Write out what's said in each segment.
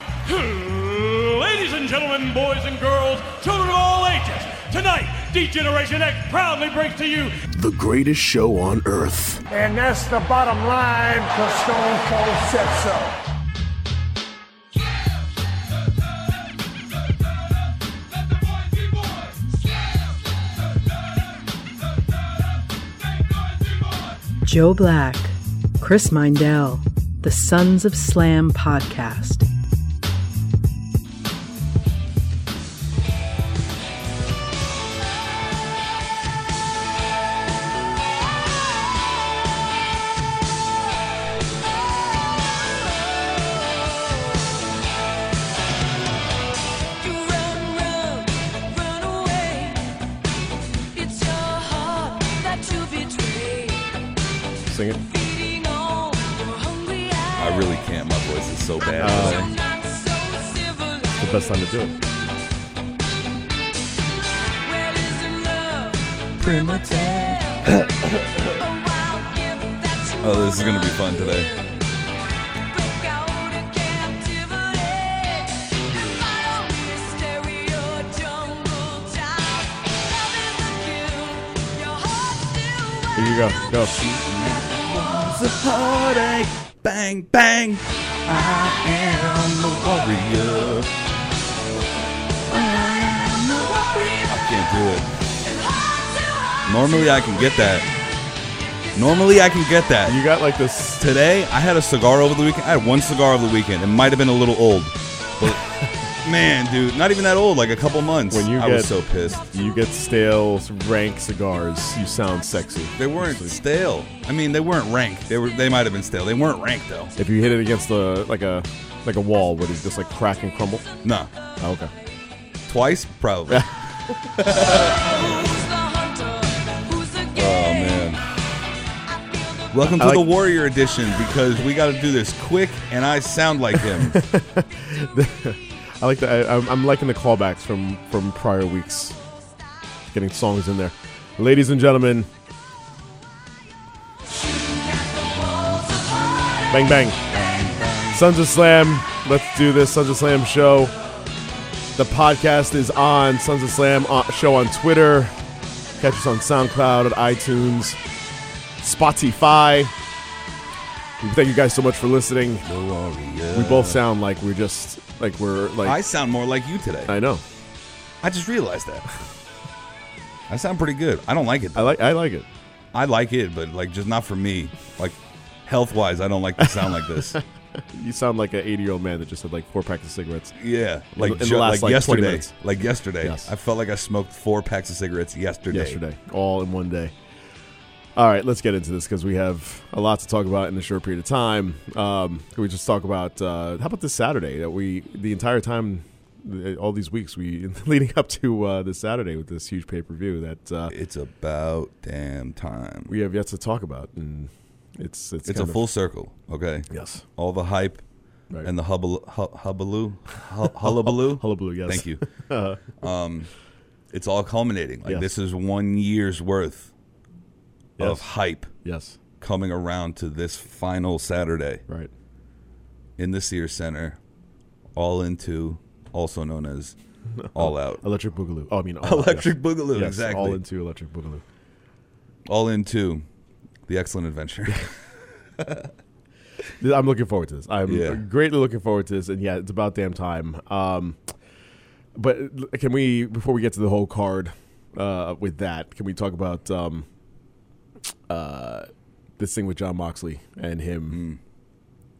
Hmm, Ladies and gentlemen, boys and girls, children of all ages, tonight, D-Generation X proudly brings to you The greatest show on earth. And that's the bottom line, because Stone Cold said so. Joe Black, Chris Mindell, the Sons of Slam podcast. You run, run, run away. It's your heart that you betray. Sing it. Feeding on your hungry I eyes. really can't. My voice is so bad. Uh, You're uh, not so civilized. It's the best time to do it. Well, isn't love primitive? A wild gift that you Oh, this is gonna be wanna fun today. live. Break out of captivity and follow this stereo jungle child. Love is the cue. Your heart's still Here you go. wild. Go. It's a heartache. Bang, bang. I am the warrior. I can't do it. Normally I can get that. Normally I can get that. You got like this. Today I had a cigar over the weekend. I had one cigar over the weekend. It might have been a little old, but man, dude, not even that old. Like a couple months. When you I was get- so pissed. You get stale, rank cigars. You sound sexy. They weren't stale. I mean, they weren't rank. They were. They might have been stale. They weren't rank though. If you hit it against the like a like a wall, would it just like crack and crumble? Nah. Oh, okay. Twice, probably. oh Who's the hunter? Who's the Oh, game? man. Welcome to I like- the Warrior Edition because we got to do this quick, and I sound like him. I like the. I, I'm- I'm liking the callbacks from from prior weeks. Getting songs in there, ladies and gentlemen. Bang bang. Sons of Slam. Let's do this Sons of Slam show. The podcast is on Sons of Slam uh, show on Twitter. Catch us on SoundCloud, at iTunes, Spotify. We Thank you guys so much for listening. We both sound like we're just like we're like I sound more like you today. I know. I just realized that. I sound pretty good. I don't like it. I like. I like it. I like it, but like just not for me. Like health wise, I don't like to sound like this. You sound like an 80 year old man that just had like four packs of cigarettes. Yeah, In like the- in the ju- last, like like, 20 yesterday. minutes. Like yesterday, Yes. I felt like I smoked four packs of cigarettes yesterday. yesterday, all in one day. All right, let's get into this because we have a lot to talk about in a short period of time. Um, can we just talk about uh, how about this Saturday that we the entire time, uh, all these weeks we leading up to uh, this Saturday with this huge pay per view that uh, It's about damn time. we have yet to talk about, and it's it's, it's a kind of- full circle. Okay. yes. All the hype Right. and the hubble, hu- hubbaloo, hu- hullabaloo. Hullabaloo, yes. Uh-huh. Thank you. um, it's all culminating. Like Yes. this is one year's worth of Yes. hype Yes, coming around to this final Saturday right. in the Sears Center. All into, also known as, all out. Electric Boogaloo. Oh, I mean all out, Electric yes. Boogaloo, Yes, exactly. All into Electric Boogaloo. all into the excellent adventure. Th- I'm looking forward to this. I'm Yeah. greatly looking forward to this, and yeah, it's about damn time. Um, but l- can we, before we get to the whole card uh, with that, can we talk about um, uh, this thing with John Moxley and him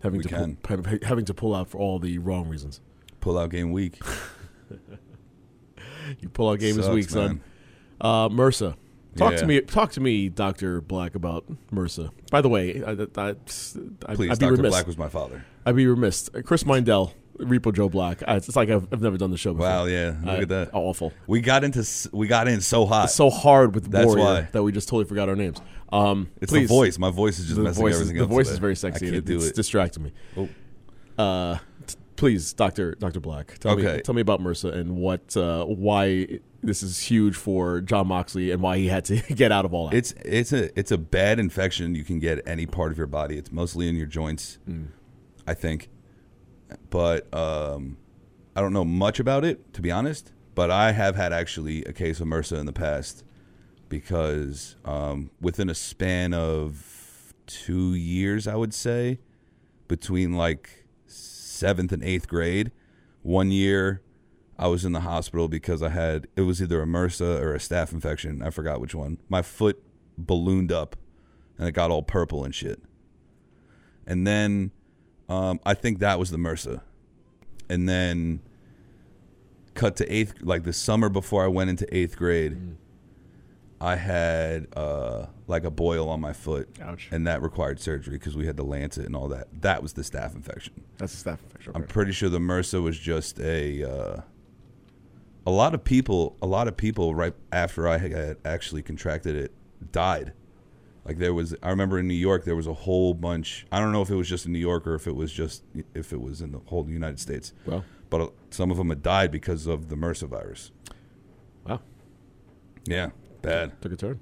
having Hmm. We to pull, can. ha- ha- having to pull out for all the wrong reasons? Pull out game week. You pull out game this Sucks, week, son. man. Uh, MRSA. Talk Yeah. to me, talk to me, Doctor Black, about MRSA. By the way, I, I, I, Please, I'd be Doctor remiss. Black was my father. I'd be remiss. Chris Mindell, Repo Joe Black. I, it's like I've, I've never done the show before. Wow, yeah, look I- at that. Awful. We got into s- we got in so hot. It's so hard with That's Warrior why. that we just totally forgot our names. Um, It's please. the voice. My voice is just The messing voice, is, everything the up. voice today. is very I sexy. and can't it, do it's it. distracting me. Oh. Uh, t- please, Doctor Doctor Black, tell me Okay. tell me about MRSA and what uh, why this is huge for John Moxley and why he had to get out of all that. It's it's a it's a bad Mm. infection you can get any part of your body. It's mostly in your joints, I think. but um, I don't know much about it to be honest. But I have had actually a case of MRSA in the past because um, within a span of two years, I would say between like seventh and eighth grade. One year, I was in the hospital because I had it was either a MRSA or a staph infection. I forgot which one. My foot ballooned up, and it got all purple and shit. And then um, I think that was the MRSA. And then cut to eighth, like the summer before I went into eighth grade, I had uh, like a boil on my foot, Ouch. and that required surgery because we had to lance it and all that. That was the staph infection. That's a staff infection. I'm okay. pretty sure the MRSA was just a. Uh, a lot of people, a lot of people, right after I had actually contracted it, died. Like there was, I remember in New York there was a whole bunch. I don't know if it was just in New York or if it was just if it was in the whole United States. Well. but uh, some of them had died because of the MRSA virus. wow, Yeah, bad. took a turn.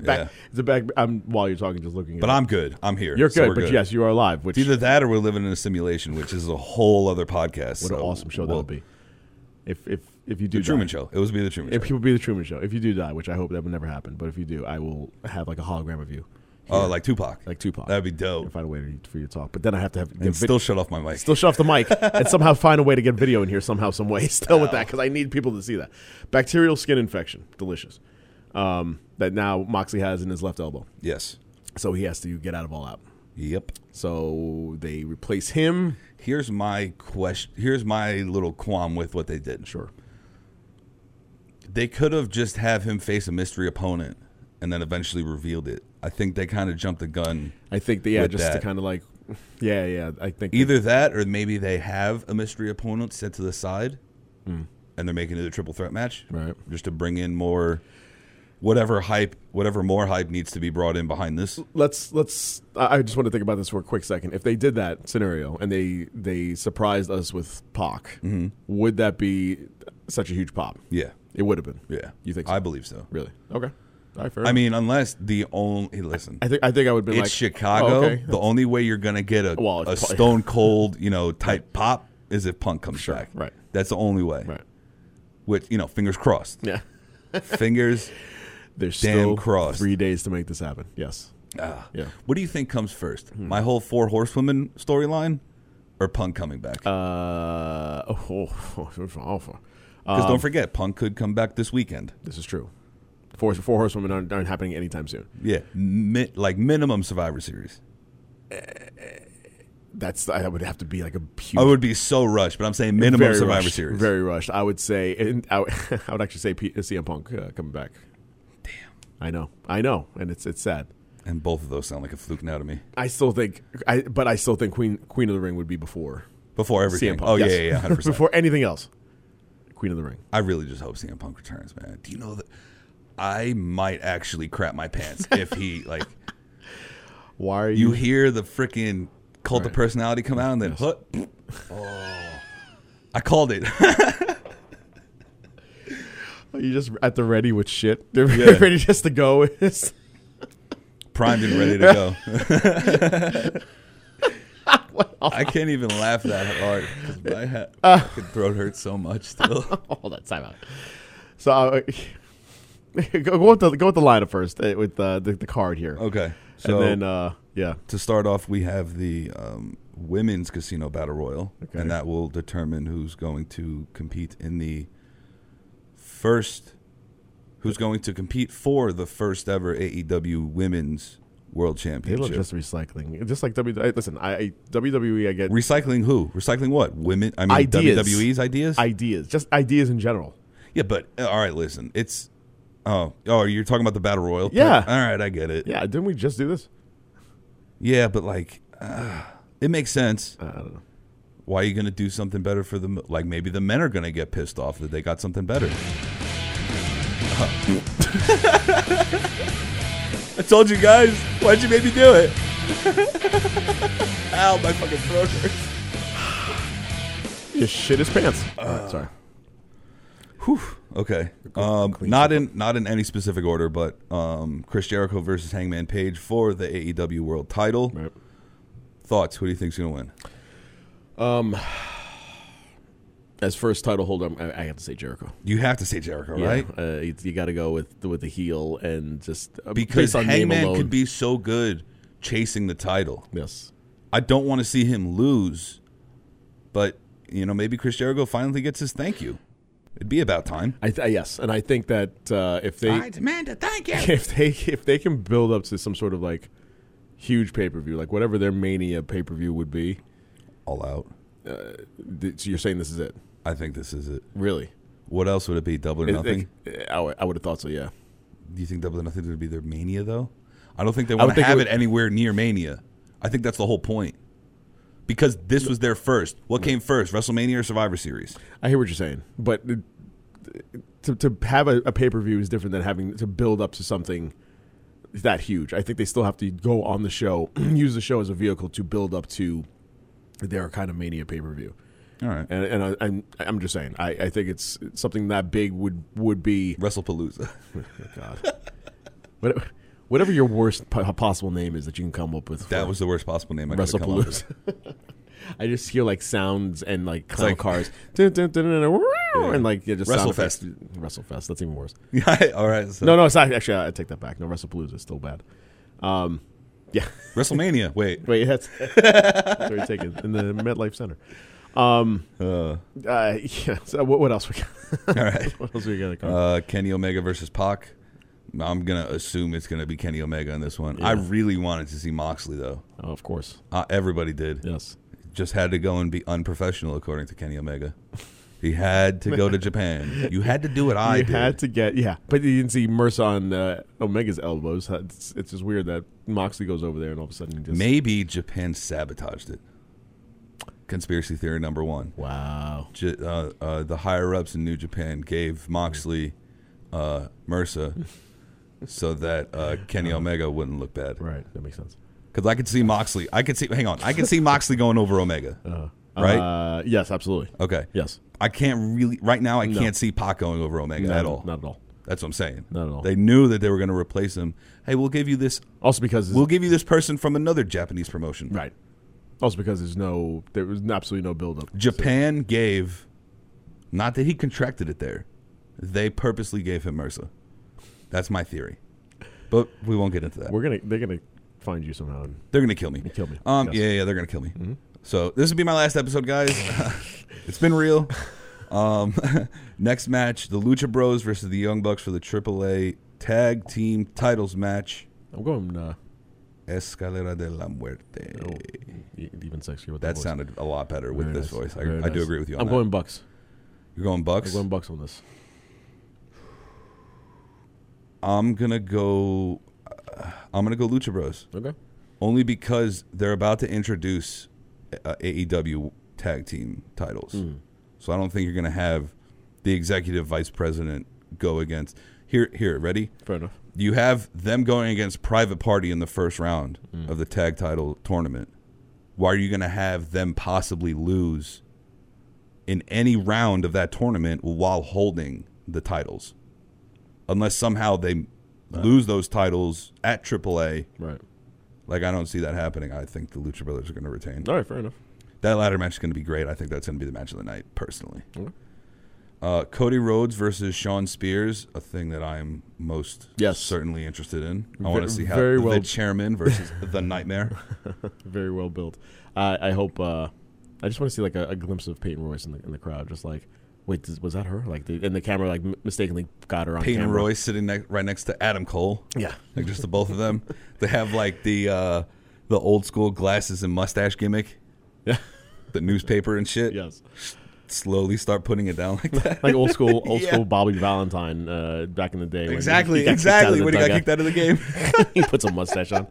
Yeah. It's a back. I'm while you're talking, just looking. At But it. I'm good. I'm here. You're so good, we're but yes, you are alive. Which It's either that or we're living in a simulation, which is a whole other podcast. what an so awesome show that we'll- would be. If if if you do The Truman die, Show. It would be the Truman If Show. you would be the Truman Show. If you do die, which I hope that would never happen, but if you do, I will have like a hologram of you. Oh, like Tupac. Like Tupac. That'd be I'll dope. find a way to, for you to talk. But then I have to have And get vid- still shut off my mic. still shut off the mic and somehow find a way to get video in here somehow, some way. Still with that because I need people to see that bacterial skin infection, delicious. Um, that now Moxley has in his left elbow, yes. so he has to get out of all out. Yep. So they replace him. Here's my question. Here's my little qualm with what they did. Sure. They could have just have him face a mystery opponent and then eventually revealed it. I think they kind of jumped the gun. I think that yeah, With just to that. kind of like, yeah, yeah. I think that- Either that or maybe they have a mystery opponent set to the side and they're making it a triple threat match. Hmm. Right. Just to bring in more whatever hype, whatever more hype needs to be brought in behind this. let's let's i I just want to think about this for a quick second if they did that scenario and they they surprised us with Pac, would that be such a huge pop Mm-hmm. Yeah. it would have been Yeah. you think so? I believe so. really okay all right fair I enough. mean, unless the only listen, i think i think i would have been it's like Chicago. oh, okay. The only way you're gonna get a, Well, a it's probably- stone cold, you know, type pop is if Punk comes Sure, back. right. That's the only way. right Which you know, fingers crossed. yeah Fingers. there's Damn still crossed. three days to make this happen yes ah. Yeah. What do you think comes first? My whole four horsewomen storyline, or Punk coming back? Because uh oh, oh, oh, oh, oh. don't forget, Punk could come back this weekend. this is true four, four horsewomen aren't, aren't happening anytime soon Yeah. Mi- like minimum Survivor Series. that's I would have to be like a huge I would be so rushed, but I'm saying minimum Very Survivor rushed, Series. Very rushed. I would say, and I, would- I would actually say P- CM Punk uh, coming back. Damn. I know. I know, and it's it's sad. and both of those sound like a fluke now to me. I still think, I but I still think Queen Queen of the Ring would be before Before everything. CM Punk. Oh Yes. yeah, yeah, yeah, 100%. before anything else. Queen of the Ring. I really just hope CM Punk returns, man. Do you know that I might actually crap my pants if he like Why are you you? hear the freaking cult of personality come out and then huh, Oh. I called it. Are you just at the ready with shit? They're Yeah. ready just to go. It's- Primed and ready to go. I can't even laugh that hard 'cause my ha- fucking throat hurts so much still. Hold on, time out. So uh, go, go with the go with the lineup first uh, with uh, the the card here. Okay. So and then uh, yeah, to start off, we have the um, women's casino battle royal, Okay. and that will determine who's going to compete in the first, who's going to compete for the first ever AEW Women's World They love Championship. just recycling, just like WWE. I- Listen, I, I WWE, I get Recycling who? Recycling what? Women? I mean, Ideas. WWE's ideas. ideas, just ideas in general. yeah, but uh, all right, listen, it's oh oh, you're talking about the battle royal? Yeah. All right, I get it. Yeah, didn't we just do this? Yeah, but like, uh, it makes sense. I don't know. why are you going to do something better for them? Like maybe the men are going to get pissed off that they got something better. I told you guys, why'd you make me do it? Ow, my fucking throat hurts. Just shit his pants. Alright, sorry. Okay, um, not in not in any specific order, but um, Chris Jericho versus Hangman E Page for the AEW World Title. Thoughts? Who do you think's going to win? As first title holder, I'm- I, I have to say Jericho. You have to say Jericho, Yeah, right? Uh, you got to go with with the heel and just uh, Because based on name Hangman alone. could be so good chasing the title. yes. I don't want to see him lose, but you know maybe Chris Jericho finally gets his thank you. It'd be about time. I th- uh, yes, and I think that uh, if they demand a thank you. if they if they can build up to some sort of like huge pay per view, like whatever their mania pay per view would be, All out. th- so you're saying this is it? I think this is it. Really? What else would it be? Double or It- nothing. it- I, would- I would have thought so. Yeah. Do you think Double or Nothing would be their mania though? I don't think they would want to think it have it, would- anywhere near Mania. I think that's the whole point. Because this was their first. What came first, WrestleMania or Survivor Series? I hear what you're saying, but it- to to have a, a pay per view is different than having to build up to something that huge. I think they still have to go on the show, use the show as a vehicle to build up to their kind of mania pay per view. All right, And and I, I'm I'm just saying, I, I think it's something that big would would be Oh, WrestlePalooza. God, whatever, whatever your worst po- possible name is that you can come up with. That for was the worst possible name I could have come up with. WrestlePalooza. I just hear like sounds and like clown like- cars, Dun, dun, dun, dun, dun, woo, and like yeah, just sound WrestleFest. effects. WrestleFest. That's even worse. Yeah, all right. So No, no, it's not. Actually, I I take that back. No, WrestlePalooza is still bad. Um, yeah, WrestleMania. Wait, wait, that's, that's already taken in the MetLife Center. Um, uh, yeah. So what, what else we got? all right. what else we got? to cover? Uh, Kenny Omega versus Pac. I'm gonna assume it's gonna be Kenny Omega in this one. I really wanted to see Moxley though. oh, of course. Uh, everybody did. Yes. Just had to go and be unprofessional, according to Kenny Omega. He had to go to Japan. You had to do what I you did. had to get yeah, but you didn't see Mercer on uh, Omega's elbows. It's, it's just weird that Moxley goes over there and all of a sudden he just Maybe Japan sabotaged it. Conspiracy theory number one. wow. J- uh, uh, the higher ups in New Japan gave Moxley uh, MRSA so that uh, Kenny Uh-huh. Omega wouldn't look bad. Right, that makes sense. Because I could see Moxley. I could see. Hang on. I could see Moxley going over Omega. right. Uh, yes, absolutely. okay. Yes. I can't really right now. I can't see Pac going over Omega Not at all. Not at all. That's what I'm saying. Not at all. They knew that they were going to replace him. Hey, we'll give you this. Also because We'll give you this person from another Japanese promotion. right. Also because there's no there was absolutely no buildup. Japan gave, not that he contracted it there, they purposely gave him MRSA. That's my theory. But we won't get into that. We're gonna they're gonna find you somehow. And they're gonna kill me. kill me. Um, Yes. Mm-hmm. yeah, yeah, they're gonna kill me. So this will be my last episode, guys. it's been real. Um, next match: the Lucha Bros versus the Young Bucks for the AAA Tag Team Titles match. I'm going uh, Escalera de la Muerte. oh, e- even sexier with the That voice. sounded a lot better with Very this nice. voice. I, Very I do nice. agree with you. On I'm that. going Bucks. You're going Bucks. I'm going Bucks on this. I'm gonna go. uh, I'm gonna go Lucha Bros. Okay. only because they're about to introduce uh, AEW tag team titles. So I don't think you're going to have the executive vice president go against here. Here, ready? Fair enough. You have them going against Private Party in the first round of the tag title tournament. Why are you going to have them possibly lose in any round of that tournament while holding the titles? Unless somehow they lose those titles at AAA Right. like I don't see that happening. I think the Lucha Brothers are going to retain. All right. Fair enough. That ladder match is going to be great. I think that's going to be the match of the night, personally. Okay. Uh, Cody Rhodes versus Sean Spears, a thing that I'm most Yes. certainly interested in. Ve- I want to see how very well- the chairman versus the nightmare. very well built. I I hope. Uh, I just want to see like a, a glimpse of Peyton Royce in the, in the crowd, just like, wait, this, was that her? Like, the, and the camera like m- mistakenly got her on Peyton camera. Royce sitting ne- right next to Adam Cole. Yeah. like just the both of them. They have like the uh, the old school glasses and mustache gimmick, Yeah. the newspaper and shit. yes. slowly start putting it down like that. Like old school, old Yeah. school Bobby Valentine uh, back in the day. when he- exactly, he got kicked out of exactly. the When he got dugout. kicked out of the game. he puts a mustache on.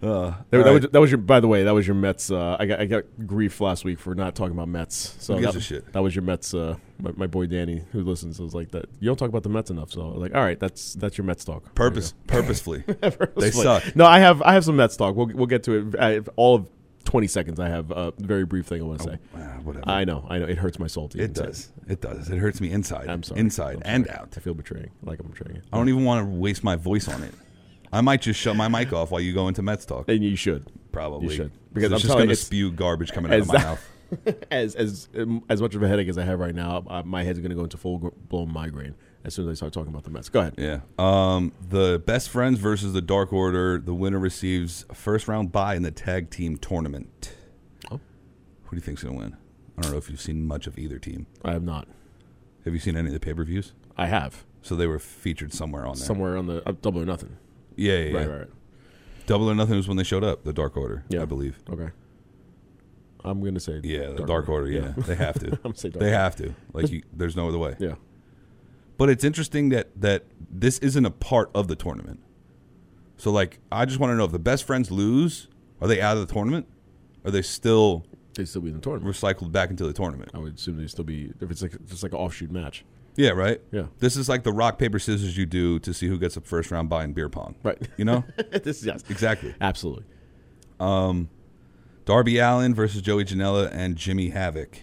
that, all that right. was, that was your. By the way, that was your Mets. Uh, I got I got grief last week for not talking about Mets. So Who gives that, a shit? that was your Mets. Uh, my, my boy Danny, who listens, was like that. You don't talk about the Mets enough. So I was like, all right, that's that's your Mets talk. There you Purpose, go. purposefully. They Purposefully. suck. No, I have I have some Mets talk. We'll we'll get to it. I have all of twenty seconds. I have a very brief thing I want to say. Ah, whatever. I know, I know. It hurts my soul to it even say does. It does. It hurts me inside. I'm sorry. Inside I'm and sorry. out. I feel betraying. Like I'm betraying it. I don't even want to waste my voice on it. I might just shut my mic off while you go into Mets talk. And you should Probably. you should. Because it's I'm just telling gonna you, it's- spew garbage coming out of As my that- mouth. as as um, as much of a headache as I have right now, uh, my head's going to go into full gr- blown migraine as soon as I start talking about the Mets. Go ahead. Yeah. Um, the best friends versus the Dark Order. The winner receives a first round bye in the tag team tournament. Oh. Who do you think's gonna win? I don't know if you've seen much of either team. I have not. Have you seen any of the pay per views? I have So they were featured somewhere on there. somewhere on the uh, double or nothing. Yeah, yeah, yeah. Right, right, right. Double or Nothing was when they showed up. The Dark Order, Yeah. I believe. Okay. I'm going to say Yeah, the Dark, Order. Yeah, they have to. I'm saying Dark they Order. have to. Like, you, there's no other way. Yeah. But it's interesting that that this isn't a part of the tournament. So like, I just want to know if the best friends lose, are they out of the tournament? Are they still They still be in the tournament. recycled back into the tournament? I would assume they still be if it's like just like an offshoot match. Yeah, right. Yeah. This is like the rock paper scissors you do to see who gets a first round bye in beer pong. Right. You know this is yes. exactly. Absolutely. Darby Allen versus Joey Janela and Jimmy Havoc,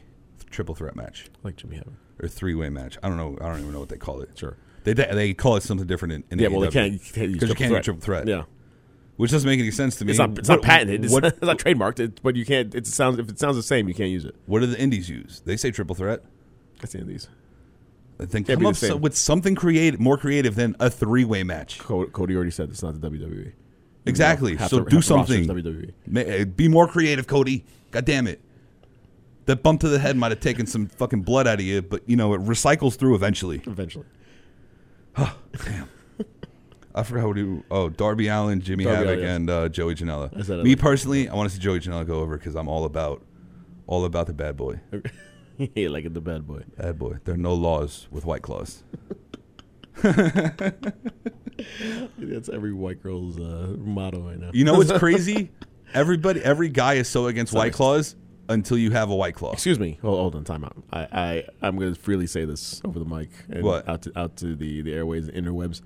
triple threat match. Like Jimmy Havoc. or three way match. I don't know. I don't even know what they call it. Sure. They they, they call it something different in, in Yeah, well, they AEW, can't because you you can't do triple threat. Yeah, which doesn't make any sense to me. it's not it's What- not patented. It's, What it's not trademarked. It, but you can't. It sounds if it sounds the same, you can't use it. what do the indies use? They say triple threat. That's the end of these. I think Can't come be up the so, same. with something creative, more creative than a three way match. Co- Cody already said it's not the WWE. Exactly. Half So the- do half the roster's something. WWE. Ma- uh, Be more creative, Cody. God damn it. That bump to the head might have taken some fucking blood out of you, but you know it recycles through eventually. Eventually, I forgot what he. Oh, Darby Allen, Jimmy Darby Havoc, Allin, yes. and uh, Joey Janela. I said I Me like- personally, I want to see Joey Janela go over because I'm all about, all about the bad boy. Er yeah, like in the bad boy. Bad boy. There are no laws with white claws. That's every white girl's uh, motto right now. You know what's crazy? Everybody, every guy is so against white claws until you have a white claw. Excuse me. Hold, hold on. Time out. I, I I'm going to freely say this over the mic and What? out to out to the the airways and interwebs.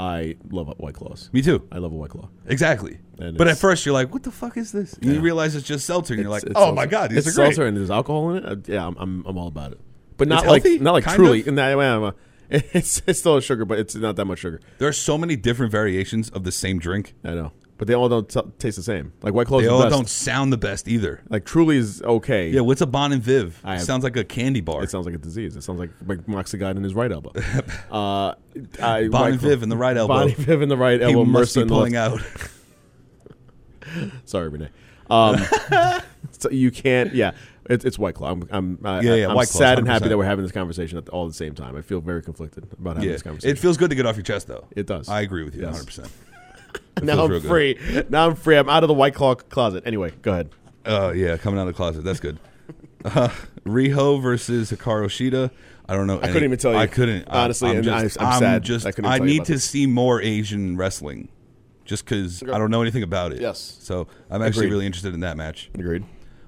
I love white claws. Me too. I love a white claw. Exactly. And But it's- at first you're like, what the fuck is this? And you Yeah. realize it's just seltzer, and you're like, It's- oh it's my seltzer. god, these it's are great. seltzer and there's alcohol in it. Uh, yeah, I'm, I'm, I'm all about it, but not It's like healthy, not like kind truly. of? And that, well, uh, it's it's still sugar, but it's not that much sugar. There are so many different variations of the same drink. I know, but they all don't t- taste the same. Like white claws, They is the all best. don't sound the best either. Like truly is okay. Yeah, what's a Bon and Viv? I have- sounds like a candy bar. It sounds like a disease. It sounds like like Moxie in his right elbow. Uh, I, Bon White and Claw- Viv in the right elbow. Bon and Viv in the right elbow. he must Mercer be in the pulling left. out. Sorry, Renee. Um, so you can't. Yeah, it's it's White Claw. I'm I'm, I, Yeah, yeah, I'm White Claws, sad and happy 100%. that we're having this conversation at all the same time. I feel very conflicted about having yeah. this conversation. It feels good to get off your chest, though. It does. I agree with you Yes. 100%. now feels I'm real good. free. Now I'm free. I'm out of the White Claw closet. Anyway, go ahead. Uh, yeah, coming out of the closet. That's good. Uh, Riho versus Hikaru Shida. I don't know. I couldn't even tell you. I couldn't. I- Honestly, I'm and just, I- I'm sad. just- I I, couldn't tell you need about to this. see more Asian wrestling just because I don't know anything about it. Yes. So I'm actually Agreed. really interested in that match. Agreed.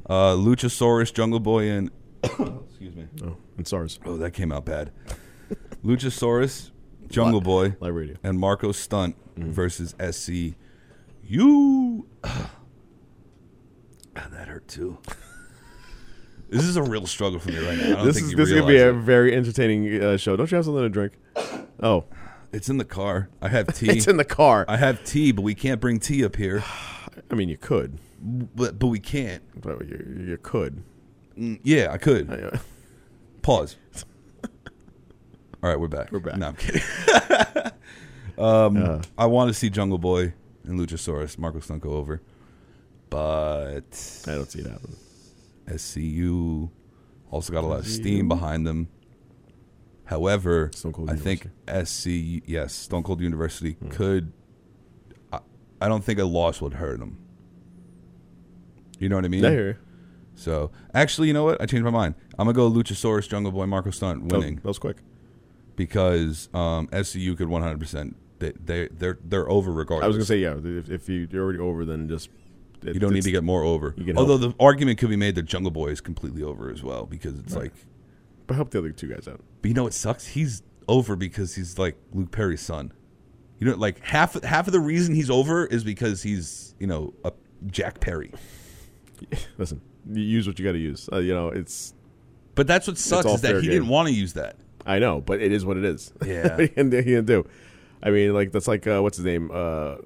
Uh, Luchasaurus, Jungle Boy, and. excuse me. Oh, and SARS. Oh, that came out bad. Luchasaurus, Jungle Boy, Live radio. and Marco Stunt Mm. versus SCU. Ah, that hurt too. this is a real struggle for me right now. I don't This think is you this is gonna realize be a it. very entertaining uh, show. Don't you have something to drink? Oh, It's in the car. I have tea. it's in the car. I I, have tea, but we can't bring tea up here. mean, you could, But but we can't. but you, you could. Yeah, I could. I, uh, Pause. All right, we're back. We're back. Uh. No, I'm kidding. um, I want to see Jungle Boy and Luchasaurus, Marco Stunt go over, but I don't see it happening. SCU also got a lot of steam behind them. However, Stone Cold Hmm. I think SCU, yes, Stone Cold University could. I, I don't think a loss would hurt them. You know what I mean? I hear you. So actually, you know what? I changed my mind. I'm gonna go Luchasaurus, Jungle Boy, Marco Stunt Oh, winning that was quick. because um, SCU could 100. percent They they they're they're over regardless. I was gonna say yeah. If, if you, you're already over, then just it- you don't need it's- to get more over. You can Although the argument could be made that Jungle Boy is completely over as well because it's like, But help the other two guys out. but you know what sucks? He's over because he's like Luke Perry's son. You know, like half half of the reason he's over is because he's you know a Jack Perry. Listen, you use what you got to use. Uh, you know, it's But that's what sucks all is that fair he game. didn't want to use that. I know, but it is what it is. Yeah. he can do. He can do. I mean, like that's like uh, what's his name? Uh,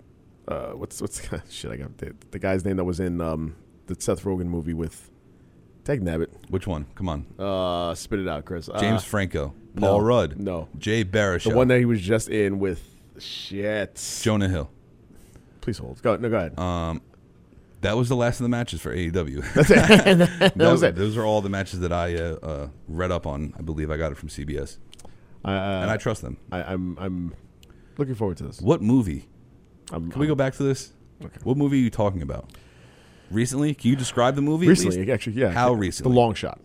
uh, what's what's shit? I got the, the guy's name that was in um, the Seth Rogen movie with Tag Nabbit. Which one? Come on. Uh, spit it out, Chris. Uh, James Franco, Paul no, Rudd, no. Jay Baruchel, the one that he was just in with. Shit. Jonah Hill. Please hold. Go. No, go ahead. That was the last of the matches for E AEW. That's it. that was it. Those are all the matches that I uh, uh, read up on. I believe I got it from CBS, Uh, and I trust them. I, I'm I'm looking forward to this. What movie? I'm, Can we go back to this? What movie are you talking about? Recently? Can you describe the movie? at recently? least? Actually, yeah. How The- recently? The long shot.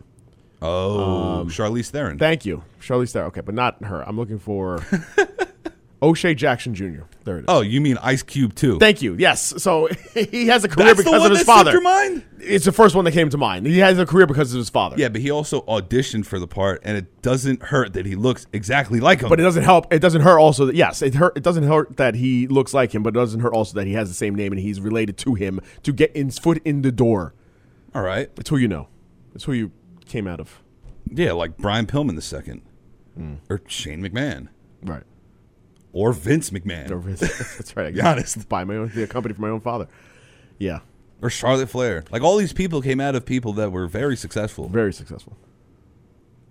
Oh, Charlize Theron. Thank you, Charlize Theron. Okay, but not her. I'm looking for O'Shea Jackson Jr. There it is. oh, you mean Ice Cube too? Thank you. Yes. So he has a career That's the because one of his that father. slipped your mind? It's the first one that came to mind. He has a career because of his father. Yeah, but he also auditioned for the part, and it doesn't hurt that he looks exactly like him. But it doesn't help. It doesn't hurt. Also, that, yes, it hurt. It doesn't hurt that he looks like him, but it doesn't hurt also that he has the same name and he's related to him to get his foot in the door. all right. It's who you know. It's who you came out of. Yeah, like Brian Pillman the second, Hmm. or Shane McMahon, Right. or Vince McMahon, or, That's right. I Be guess. honest. Buy my own the company for my own father. Yeah. Charlotte Flair. Like all these people came out of people that were very successful. Very successful.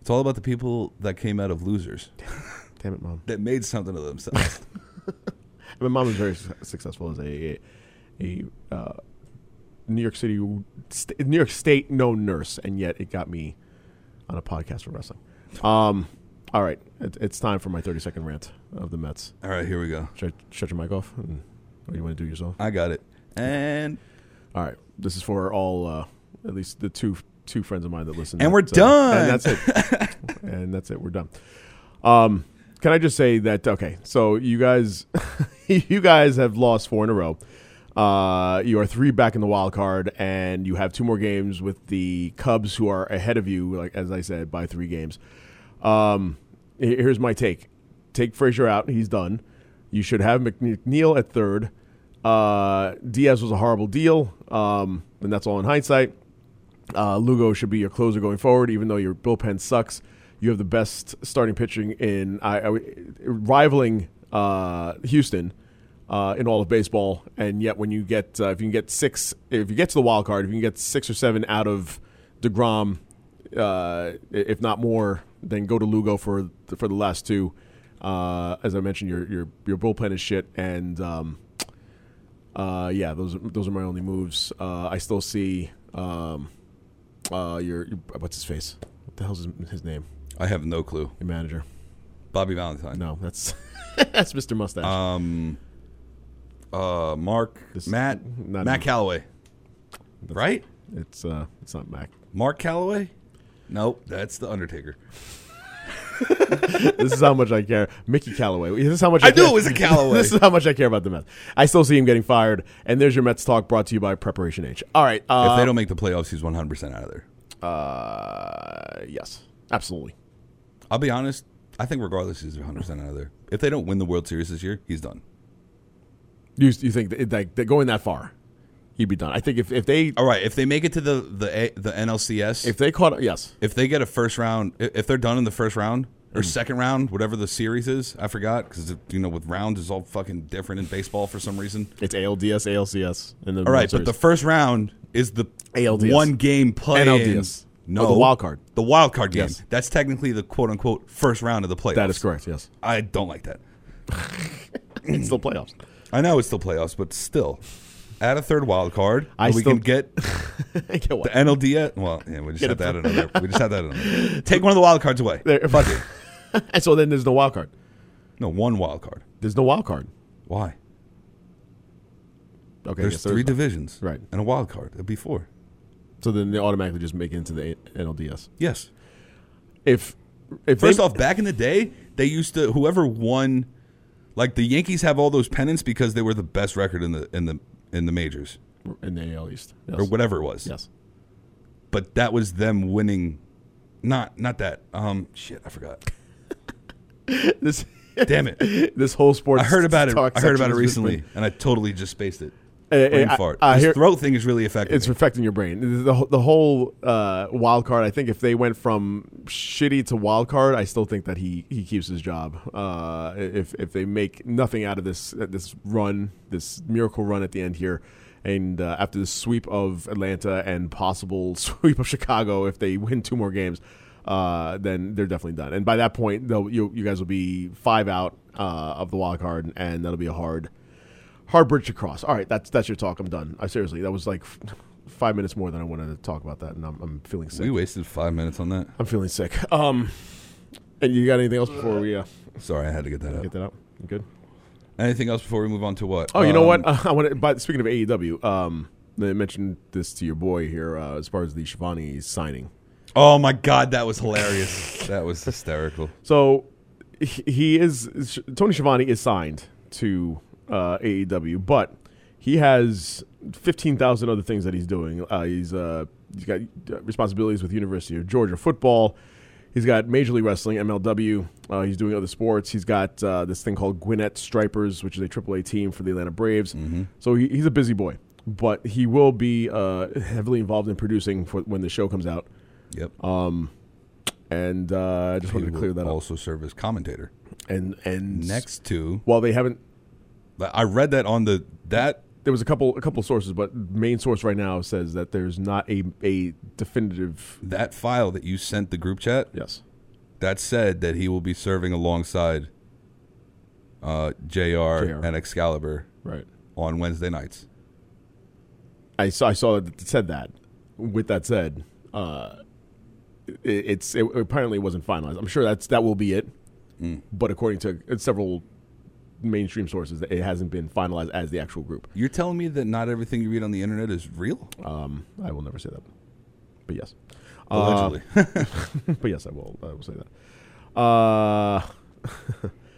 It's all about the people that came out of losers Damn it, mom. that made something of themselves. My mom was very su- successful as a a, a, uh, New York City, st- New York State known nurse, and yet it got me on a podcast for wrestling. Um, all right, it, it's time for my thirty second rant of the Mets. all right, here we go. Should I shut your mic off? And, or you want to do yourself? I got it. And All right, this is for all uh, at least the two two friends of mine that listen. And we're That's, uh, done. And that's it. and that's it. We're done. Um, can I just say that? Okay, so you guys, you guys have lost four in a row. Uh, you are three back in the wild card, and you have two more games with the Cubs, who are ahead of you, like as I said, by three games. Um, he- here's my take: take Frazier out; he's done. You should have McNeil at third. Uh, Diaz was a horrible deal, um, and that's all in hindsight. Uh, Lugo should be your closer going forward, even though your bullpen sucks. You have the best starting pitching in I, I, rivaling uh, Houston uh, in all of baseball, and yet when you get uh, if you can get six, if you get to the wild card, if you can get six or seven out of Degrom, uh, i- if not more, then go to Lugo for the, for the last two. Uh, as I mentioned, your your your bullpen is shit, and um, uh, yeah, those are- those are my only moves. Uh, I still see um, uh, your, your what's his face? What the hell's his, his name? I have no clue. Your manager? Bobby Valentine. Um, No, that's that's Mr. Mustache. Uh, Mark, This- Mm-hmm. Matt, not Matt him. Calloway. Right? it's uh, it's not Mac. Mark Calloway? Nope, that's the Undertaker. this is how much I care. Mickey Callaway. This is how much I I care. knew it was a Callaway. this is how much I care about the Mets. I still see him getting fired. And there's your Mets talk, brought to you by Preparation H. All right. Uh, If they don't make the playoffs, he's 100% out of there. uh, yes, absolutely. I'll be honest. I think regardless, he's 100% out of there. If they don't win the World Series this year, he's done. You you think that, that, that going that far, he'd be done. I think if if they All right. If they make it to the the A- the NLCS, if if, they caught yes, they get a first round, i- if they're done in the first round or Hmm. second round, whatever the series is, I forgot because you know with rounds is all fucking different in baseball for some reason. it's ALDS, ALCS, and then All right, but the first round is the ALDS. one game play. NLDS. No, Oh, the wild card. The wild card game. Yes. That's technically the quote unquote first round of the playoffs. that is correct. Yes, I don't like that. it's still playoffs. I know it's still playoffs, but still, add a third wild card. I and we still- can get Get what? the NLDS. Well, yeah, we just Get had it that another. We just had that another. Take one of the wild cards away. There- Fuck it. And so then there's no wild card. No, one wild card. There's no wild card. Why? Okay, There's yes, three none. divisions, Right. And a wild card. uh, It'd be four. So then they automatically just make it into the NLDS. Yes. If if First they, off, back in the day, they used to whoever won, like the Yankees have all those pennants because they were the best record in the in the in the majors in the AL East yes. or whatever it was. Yes. But that was them winning. Not not that. Um, shit, I forgot. This Damn it. this whole sports. I heard about it. talk I heard section about it has just been- recently, and I totally just spaced it. Eh, Brain eh, I- fart. I This hear- throat thing is really affecting. It's me. affecting your brain. The, the whole uh, wild card. I think if they went from shitty to wild card, I still think that he, he keeps his job. Uh, if if they make nothing out of this uh, this run, this miracle run at the end here, And uh, after the sweep of Atlanta and possible sweep of Chicago, if they win two more games, uh, then they're definitely done. And by that point, though, you, you guys will be five out uh, of the wild card, and that'll be a hard, hard bridge to cross. All right, that's that's your talk. I'm done. I seriously, that was like f- five minutes more than I wanted to talk about that, and I'm, I'm feeling sick. We wasted five minutes on that. I'm feeling sick. Um, and you got anything else before we uh, Sorry, I had to get that get out. that up? You good? Anything else before we move on to what? Oh, you know Um, what? I want to. But speaking of AEW, um, I mentioned this to your boy here uh, as far as the Shivani signing. Oh my God, that was hilarious. that was hysterical. So he- he is Sh- Tony Schiavone is signed to uh, AEW, but he has fifteen thousand other things that he's doing. Uh, he's uh, he's got uh, responsibilities with University of Georgia football. He's got Major League Wrestling, MLW. Uh, he's doing other sports. He's got uh, this thing called Gwinnett Stripers, which is a AAA team for the Atlanta Braves. Mm-hmm. So he, he's a busy boy, but he will be uh, heavily involved in producing for when the show comes out. Yep. And uh, I Uh, just He wanted to will clear that up. also serve as commentator. And and Next to, while they haven't I read that on the that there was a couple a couple sources but main source right now says that there's not a a definitive that file that you sent the group chat yes that said that he will be serving alongside uh, JR, JR. and Excalibur right on Wednesday nights. i saw i saw that it said that with that said uh it, it's it apparently wasn't finalized i'm sure that's that will be it but according to uh, several mainstream sources it hasn't been finalized as the actual group You're telling me that not everything you read on the internet is real? um i will never say that but yes Uh, Allegedly. but yes i will i will say that uh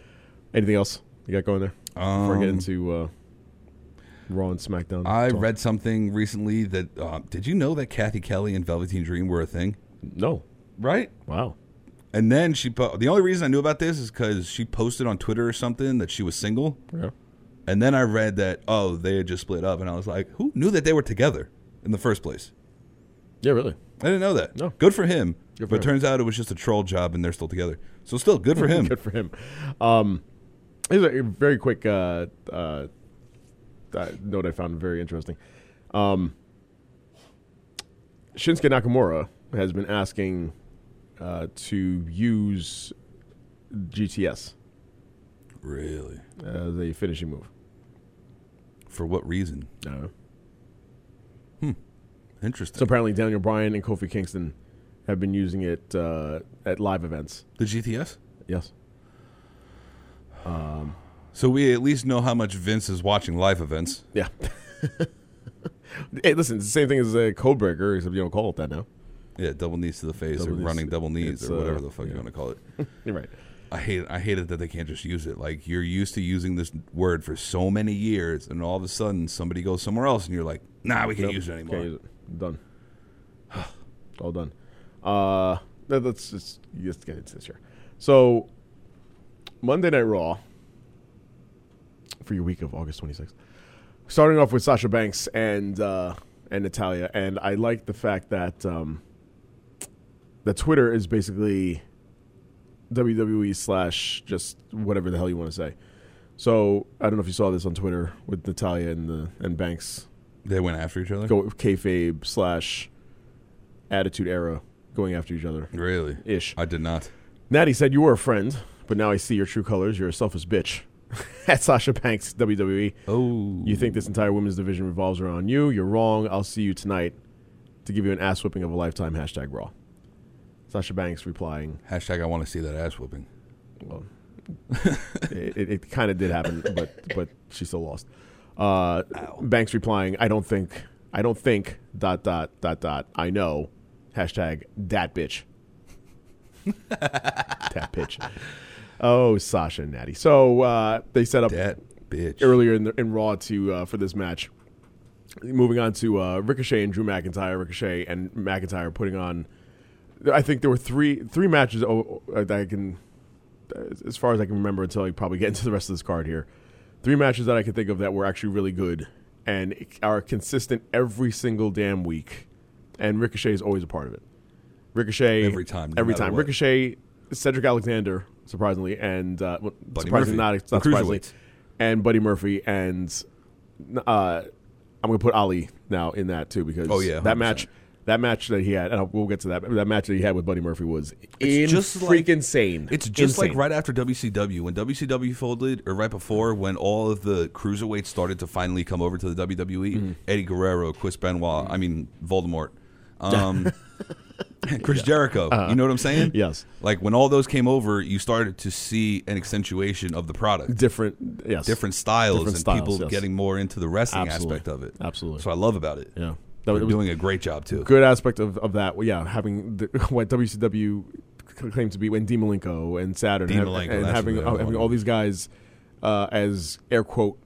anything else you got going there before I get Um, into uh, Raw and SmackDown. I talk? read something recently that uh, did you know that Kathy Kelly and Velveteen Dream were a thing? no. Right. Wow. And then she po- the only reason I knew about this is because she posted on Twitter or something that she was single. Yeah. And then I read that oh they had just split up, and I was like, who knew that they were together in the first place? Yeah, really. I didn't know that. No. Good for him. Good for but him. it turns out it was just a troll job, and they're still together. So still good for him. Good for him. Um, here's a very quick uh, uh, uh, note I found very interesting. Um, Shinsuke Nakamura has been asking uh, to use GTS really. as a finishing move. For what reason? No. Interesting. So apparently, Daniel Bryan and Kofi Kingston have been using it uh, at live events. the GTS. Yes. So we at least know how much Vince is watching live events. Yeah. hey, listen, it's the same thing as a codebreaker, except you don't call it that now. Yeah, double knees to the face Double or knees- running double knees it's, or whatever uh, the fuck you yeah. want to call it. You're right. I hate I hate it that they can't just use it. Like you're used to using this word for so many years, and all of a sudden somebody goes somewhere else, and you're like, Nah, we can't Nope, use it anymore. Can't use it. Done. All done. Uh, let- let's just just get into this here. So, Monday Night Raw for your week of August 26th. Starting off with Sasha Banks and uh, and Natalia, and I like the fact that um, that Twitter is basically WWE slash just whatever the hell you want to say. So I don't know if you saw this on Twitter with Natalia and the and Banks They went after each other. go kayfabe slash attitude era going after each other Really? ish. I did not. Natty said you were a friend, but now I see your true colors. You're a selfish bitch. At Sasha Banks WWE, Oh, you think this entire women's division revolves around you? You're wrong. I'll see you tonight to give you an ass whipping of a lifetime. Hashtag Raw. Sasha Banks replying, hashtag I want to see that ass whooping. well, it, it, it kind of did happen, but but she still lost. Uh, Banks replying, I don't think, I don't think dot dot dot dot. I know, hashtag that bitch, that bitch. Oh, Sasha and Natty. So uh, they set up That bitch. earlier in, the, in Raw to uh, for this match. Moving on to uh, Ricochet and Drew McIntyre. Ricochet and McIntyre putting on. I think there were three three matches oh, oh, that I can, uh, as- as far as I can remember, until I probably get into the rest of this card here. Three matches that I can think of that were actually really good and are consistent every single damn week. And Ricochet is always a part of it. Ricochet Every time, no every matter time. what. Ricochet, Cedric Alexander, surprisingly, and uh, well, surprisingly Murphy, not, the not surprisingly, cruiserweights. and Buddy Murphy and uh, I'm gonna put Ali now in that too because Oh, yeah, that 100%. match that match that he had and I'll- we'll get to that that match that he had with Buddy Murphy was in It's just freaking like- insane. It's just like Insane. right after WCW when WCW folded, or right before when all of the cruiserweights started to finally come over to the WWE. Mm-hmm. Eddie Guerrero, Chris Benoit, I mean Voldemort, um, Chris Jericho. You know what I'm saying? Uh, Yes. Like when all those came over, you started to see an accentuation of the product, different yes different styles, Different and styles, people yes. getting more into the wrestling Absolutely. aspect of it. Absolutely. So I love about it. yeah that They're was, it was doing a great job too. good aspect of, of that well, yeah having the, what WCW claimed to be when Dean Malenko and Saturn Dean and, Malenko, and that's having what they were having on. all these guys uh, as air quote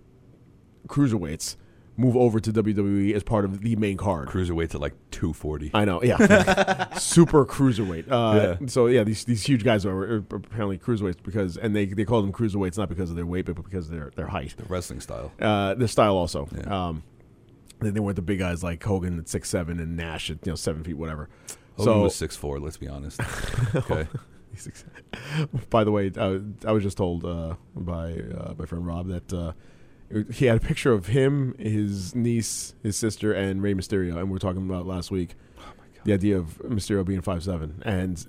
cruiserweights move over to WWE as part of the main card Cruiserweights at like 240. I know, yeah, super cruiserweight. Uh, So yeah, these these huge guys are, are apparently cruiserweights because, and they, they call them cruiserweights not because of their weight, but because of their their height, wrestling style. uh, their style also. Yeah. Um, they, they weren't the big guys like Hogan at six seven and Nash at you know seven feet whatever. Hogan so was six four. Let's be honest. Okay. by the way, I, I was just told uh, by uh, my friend Rob that. Uh, he had a picture of him, his niece, his sister, and Ray Mysterio, and we were talking about last week. Oh the idea of Mysterio being five seven, and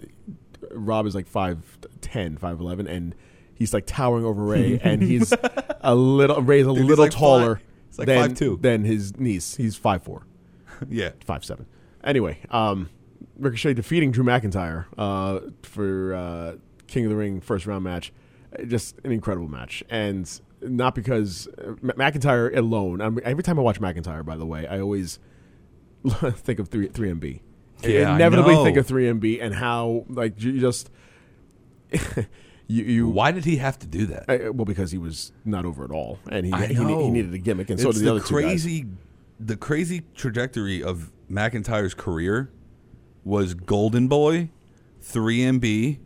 Rob is like 5'10", 5'11", and he's like towering over Ray, and he's a little Ray's a he's little like five- taller he's like than 5'2". than his niece. He's five four, yeah. five seven. Anyway, um, Ricochet defeating Drew McIntyre uh, for uh, King of the Ring first round match. Uh, Just an incredible match, and not because uh, M- McIntyre alone. I mean, every time I watch McIntyre, by the way, I always think of three three MB. Yeah, I inevitably know. think of three MB and how like you you just you you. Why did he have to do that? I- well, because he was not over at all, and he I he, ne- he know. needed a gimmick, and so It's did the, other two guys. crazy, The crazy trajectory of McIntyre's career was Golden Boy, 3MB,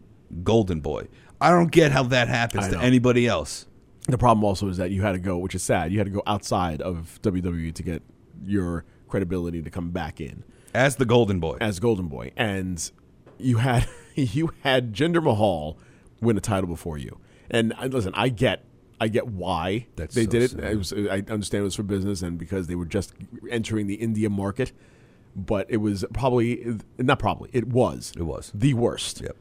Golden Boy. I don't get how that happens I to know. anybody else. The problem also is that you had to go, which is sad. You had to go outside of WWE to get your credibility to come back in As the Golden Boy. as Golden Boy, and you had you had Jinder Mahal win a title before you. And I, listen, I get I get why That's they so did it. sad. It was, I understand it was for business and because they were just entering the India market, but it was probably not probably it was It was. the worst Yep.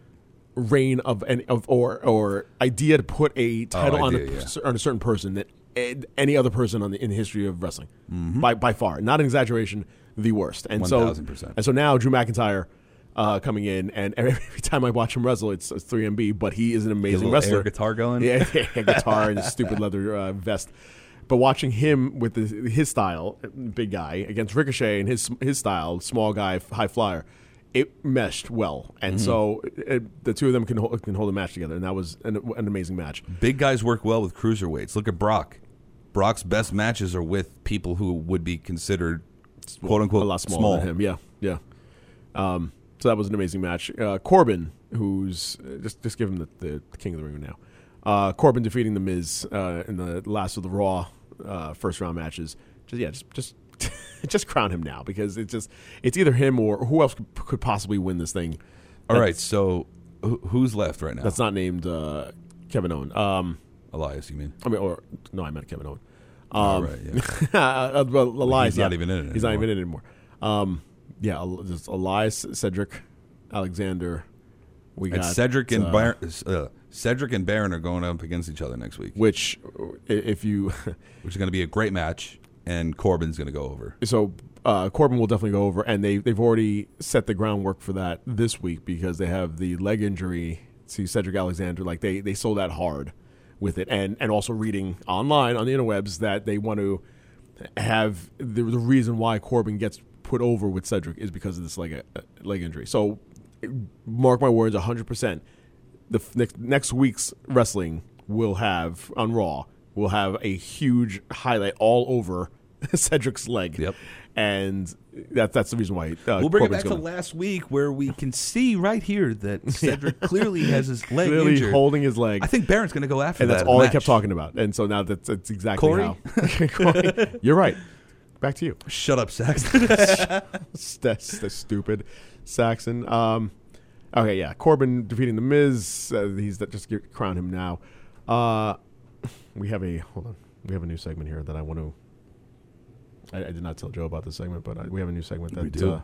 reign of an of or or idea to put a title on, a, Oh, idea, yeah. cer- on a certain person that ed- any other person on the, in the history of wrestling Mm-hmm. by by far, not an exaggeration, the worst. And so 1000%. and so now Drew McIntyre. Uh, coming in, and every time I watch him wrestle, it's, it's 3MB, but he is an amazing little wrestler. air guitar going? yeah, yeah, guitar and his stupid leather uh, vest. But watching him with his, his style, big guy against Ricochet and his his style, small guy, high flyer, it meshed well, and Mm-hmm. so it, the two of them can hold, can hold a match together, and that was an, an amazing match. Big guys work well with cruiserweights. Look at Brock. Brock's best matches are with people who would be considered quote unquote a lot smaller small. than him. Yeah, yeah. Um, so that was an amazing match. Uh, Corbin, who's uh, just just give him the, the, King of the Ring now. Uh, Corbin defeating the Miz uh, in the last of the Raw uh, first round matches. Just yeah, just just just crown him now because it's just it's either him or who else could, could possibly win this thing. All right, so who- who's left right now? That's not named uh, Kevin Owen. Um, Elias, you mean? I mean, or no, I meant Kevin Owen. Um, All Oh, right, yeah. uh, well, Elias, he's not yeah. even in it He's not anymore. even in it anymore. Um, yeah, El- there's Elias, Cedric, Alexander. We And got Cedric and uh, Bar- uh, Cedric and Baron are going up against each other next week, which uh, i- if you which is going to be a great match. And Corbin's going to go over. so uh, Corbin will definitely go over, and they they've already set the groundwork for that this week because they have the leg injury to Cedric Alexander. Like they they sold that hard with it, and and also reading online on the interwebs that they want to have the, the reason why Corbin gets put over with Cedric is because of this leg uh, leg injury. So mark my words, hundred percent. The f- next next week's wrestling will have on Raw will have a huge highlight all over Cedric's leg. Yep. and that that's the reason why. Uh, We'll bring Corbin's it back gonna- to last week where we can see right here that Cedric clearly has his leg Clearly injured. holding his leg. I think Baron's going to go after and that. that's all I match. kept talking about. And so now that's, that's exactly Corey? how. Corey, you're right. Back to you. Shut up, Saxton. that's the stupid Saxon. Um, okay, yeah, Corbin defeating the Miz. Uh, he's that just get, crown him now. Uh, we have a hold on. We have a new segment here that I want to. I, I did not tell Joe about this segment, but I, we have a new segment that We do. Uh,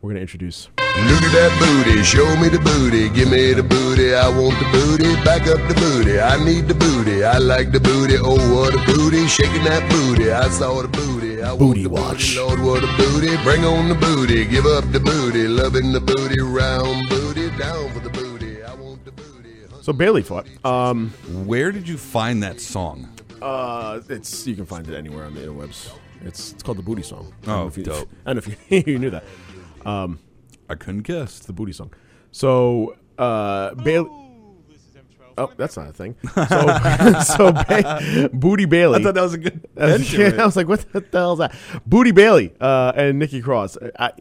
we're going to introduce. Look at that booty, show me the booty, give me the booty, I want the booty, back up the booty, I need the booty, I like the booty, oh what a booty, shaking that booty, I saw the booty, I Booty want the watch. booty, Lord what a booty, bring on the booty, give up the booty, loving the booty, round booty, down for the booty, I want the booty. So Bailey fought. Um, Where did you find that song? uh, it's you can find it anywhere on the interwebs. It's it's called the Booty Song. I don't know Oh, if you, dope. I don't know if you, you knew that. I couldn't guess. It's the Booty Song. So uh, Bailey. Oh, that's not a thing. So, so ba- Booty Bailey. I thought that was a good. I was, mention. I was like, what the hell's that? Booty Bailey uh, and Nikki Cross. I,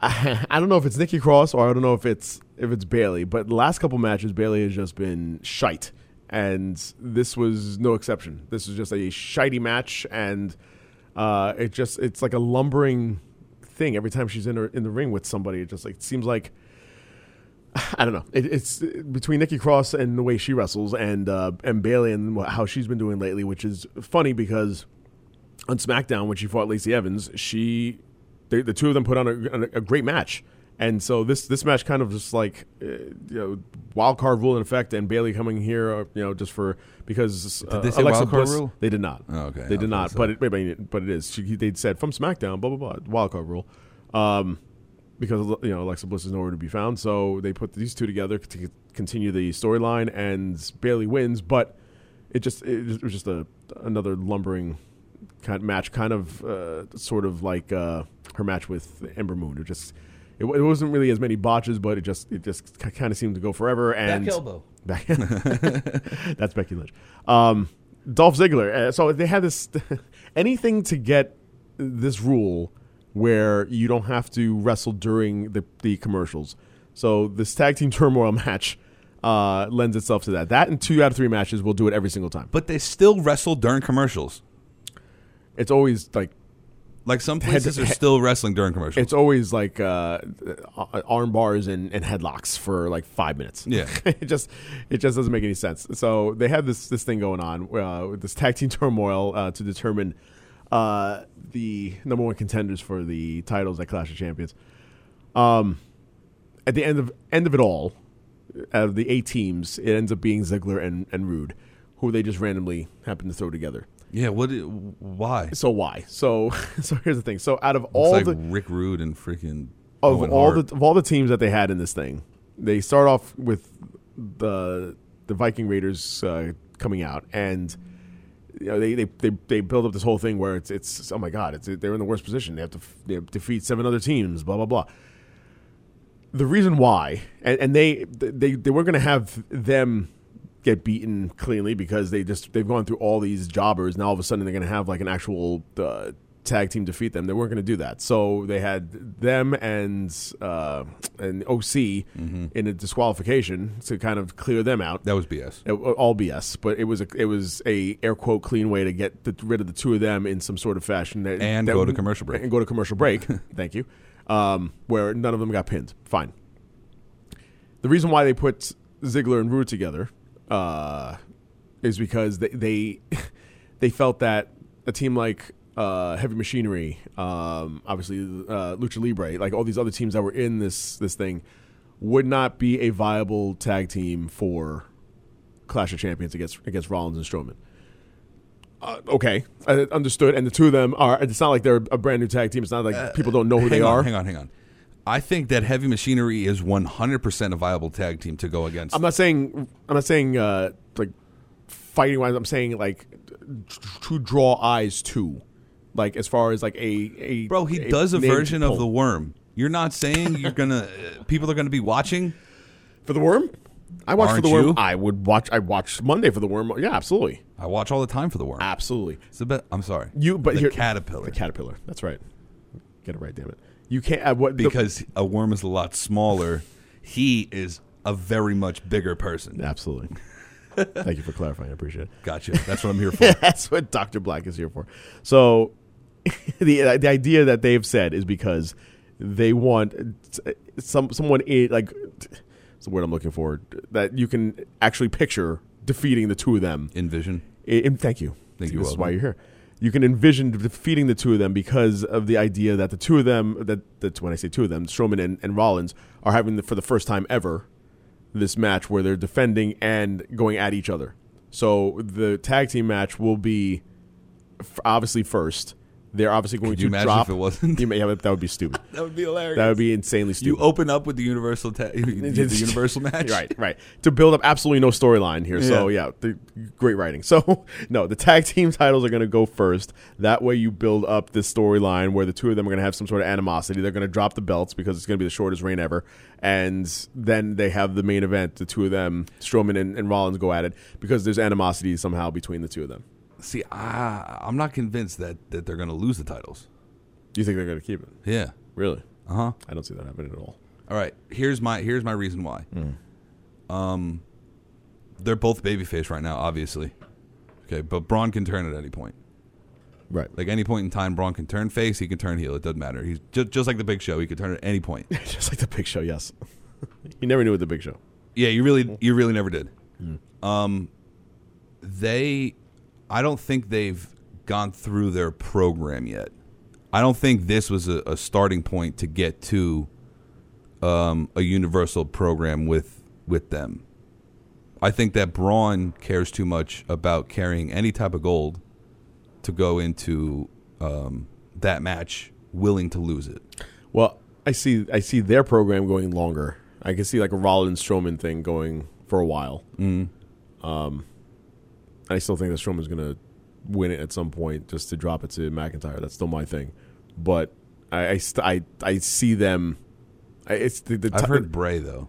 I I don't know if it's Nikki Cross or I don't know if it's if it's Bailey, but the last couple matches Bailey has just been shite, and this was no exception. This was just a shitey match, and uh, it just it's like a lumbering thing every time she's in her, in the ring with somebody. It just like it seems like I don't know. It, it's between Nikki Cross and the way she wrestles, and uh, and Bailey and wh- how she's been doing lately, which is funny because on SmackDown when she fought Lacey Evans, she they, the two of them put on a, a great match, and so this this match kind of just like uh, you know wild card rule in effect, and Bailey coming here, uh, you know, just for because uh, they say Alexa wild card Bliss- rule? They did not. Oh, okay. they I did thought not. so. But it, but it- but it is. She, they said from SmackDown, blah blah blah, wild card rule. Um, because you know Alexa Bliss is nowhere to be found. So they put these two together to c- continue the storyline, and Bailey wins. But it just it just- it was just a another lumbering kind of match, kind of uh, sort of like uh, her match with Ember Moon. It just it, wa- it wasn't really as many botches, but it just it just kind of seemed to go forever. And elbow. Back- that's Becky Lynch. Um, Dolph Ziggler. Uh, so they had this anything to get this rule where you don't have to wrestle during the, the commercials. So this tag team turmoil match uh, lends itself to that. That and two out of three matches will do it every single time. But they still wrestle during commercials. It's always like Like some Head- places are head- still wrestling during commercials. it's always like uh, uh, arm bars and, and headlocks for like five minutes. Yeah. it just it just doesn't make any sense. So they had this this thing going on uh, with this tag team turmoil uh, to determine uh, the number one contenders for the titles at Clash of Champions. Um, at the end of end of it all, out of the eight teams, it ends up being Ziggler and and Rude, who they just randomly happen to throw together. yeah. What? i- Why? It's So why? So so here's the thing. So out of all like the Rick Rude and freaking of Owen all Hart. the of all the teams that they had in this thing, they start off with the the Viking Raiders uh, coming out, and you know, they, they they they build up this whole thing where it's it's oh my god, it's they're in the worst position. They have to f- they have to defeat seven other teams, blah blah blah. The reason why, and, and they they they weren't going to have them get beaten cleanly because they just they've gone through all these jobbers. Now all of a sudden they're going to have like an actual uh, tag team defeat them. They weren't going to do that, so they had them and uh, and OC in a disqualification to kind of clear them out. that was BS. It- uh, all BS, but it was a it was a air quote clean way to get the, rid of the two of them in some sort of fashion that, And that- go to commercial break. and go to commercial break. thank you, um, where none of them got pinned. Fine. The reason why they put Ziggler and Rude together uh, is because they they, they felt that a team like uh, Heavy Machinery, um, obviously uh, Lucha Libre, like all these other teams that were in this this thing, would not be a viable tag team for Clash of Champions against against Rollins and Strowman. Uh, okay, I understood. And the two of them are. It's not like they're a brand new tag team. It's not like people don't know who they Uh, hang on, are. Hang on, hang on. I think that Heavy Machinery is 100% a viable tag team to go against. I'm not saying I'm not saying uh, like fighting wise. I'm saying like t- to draw eyes to, like as far as like a, a Bro, he does a version of the worm. You're not saying you're gonna uh, people are gonna be watching. for the worm. I watch for Aren't the worm. you? I would watch. I watch Monday for the worm. Yeah, absolutely, I watch all the time for the worm. absolutely. It's the best. I'm sorry. You but the here, caterpillar The caterpillar. That's right. Get it right. Damn it. You can't. Uh, what the- because a worm is a lot smaller. He is a very much bigger person. absolutely. Thank you for clarifying. I appreciate it. Gotcha. That's what I'm here for. That's what Dr. Black is here for. So the the idea that they've said is because they want uh, some someone in, like it's the word I'm looking for that you can actually picture defeating the two of them. Envision. I- and thank you. Thank See, you, This is why Alden. you're here. you can envision defeating the two of them because of the idea that the two of them that that's when I say two of them, Strowman and, and Rollins, are having the, for the first time ever this match where they're defending and going at each other. So the tag team match will be f- obviously first. They're obviously going Could to you imagine drop. if it wasn't? You may- yeah, but that would be stupid. That would be hilarious. that would be insanely You stupid. open up with the universal ta- the universal match, Right, right. To build up absolutely no storyline here. So Yeah. yeah, the, great writing. So no, the tag team titles are going to go first. That way you build up this storyline where the two of them are going to have some sort of animosity. They're going to drop the belts because it's going to be the shortest reign ever, and then they have the main event. The two of them, Strowman and, and Rollins, go at it because there's animosity somehow between the two of them. See, I, I'm not convinced that that they're gonna lose the titles. Do you think they're going to keep it? Yeah. Really? Uh huh. I don't see that happening at all. All right. Here's my here's my reason why. Um, they're both babyface right now, obviously. Okay, but Braun can turn at any point. Right. Like any point in time, Braun can turn face. He can turn heel. It doesn't matter. He's just just like the Big Show. He can turn at any point. Just like the Big Show. Yes. you never knew with the Big Show. Yeah, you really you really never did. Um, they, I don't think they've gone through their program yet. I don't think this was a, a starting point to get to um, a universal program with with them. I think that Braun cares too much about carrying any type of gold to go into um, that match willing to lose it. Well, I see. I see their program going longer. I can see like a Rollins Strowman thing going for a while. Mm. Um, I still think that Strowman's gonna win it at some point, just to drop it to McIntyre. That's still my thing, but I I st- I, I see them. I, it's the, the I've ti- heard Bray though.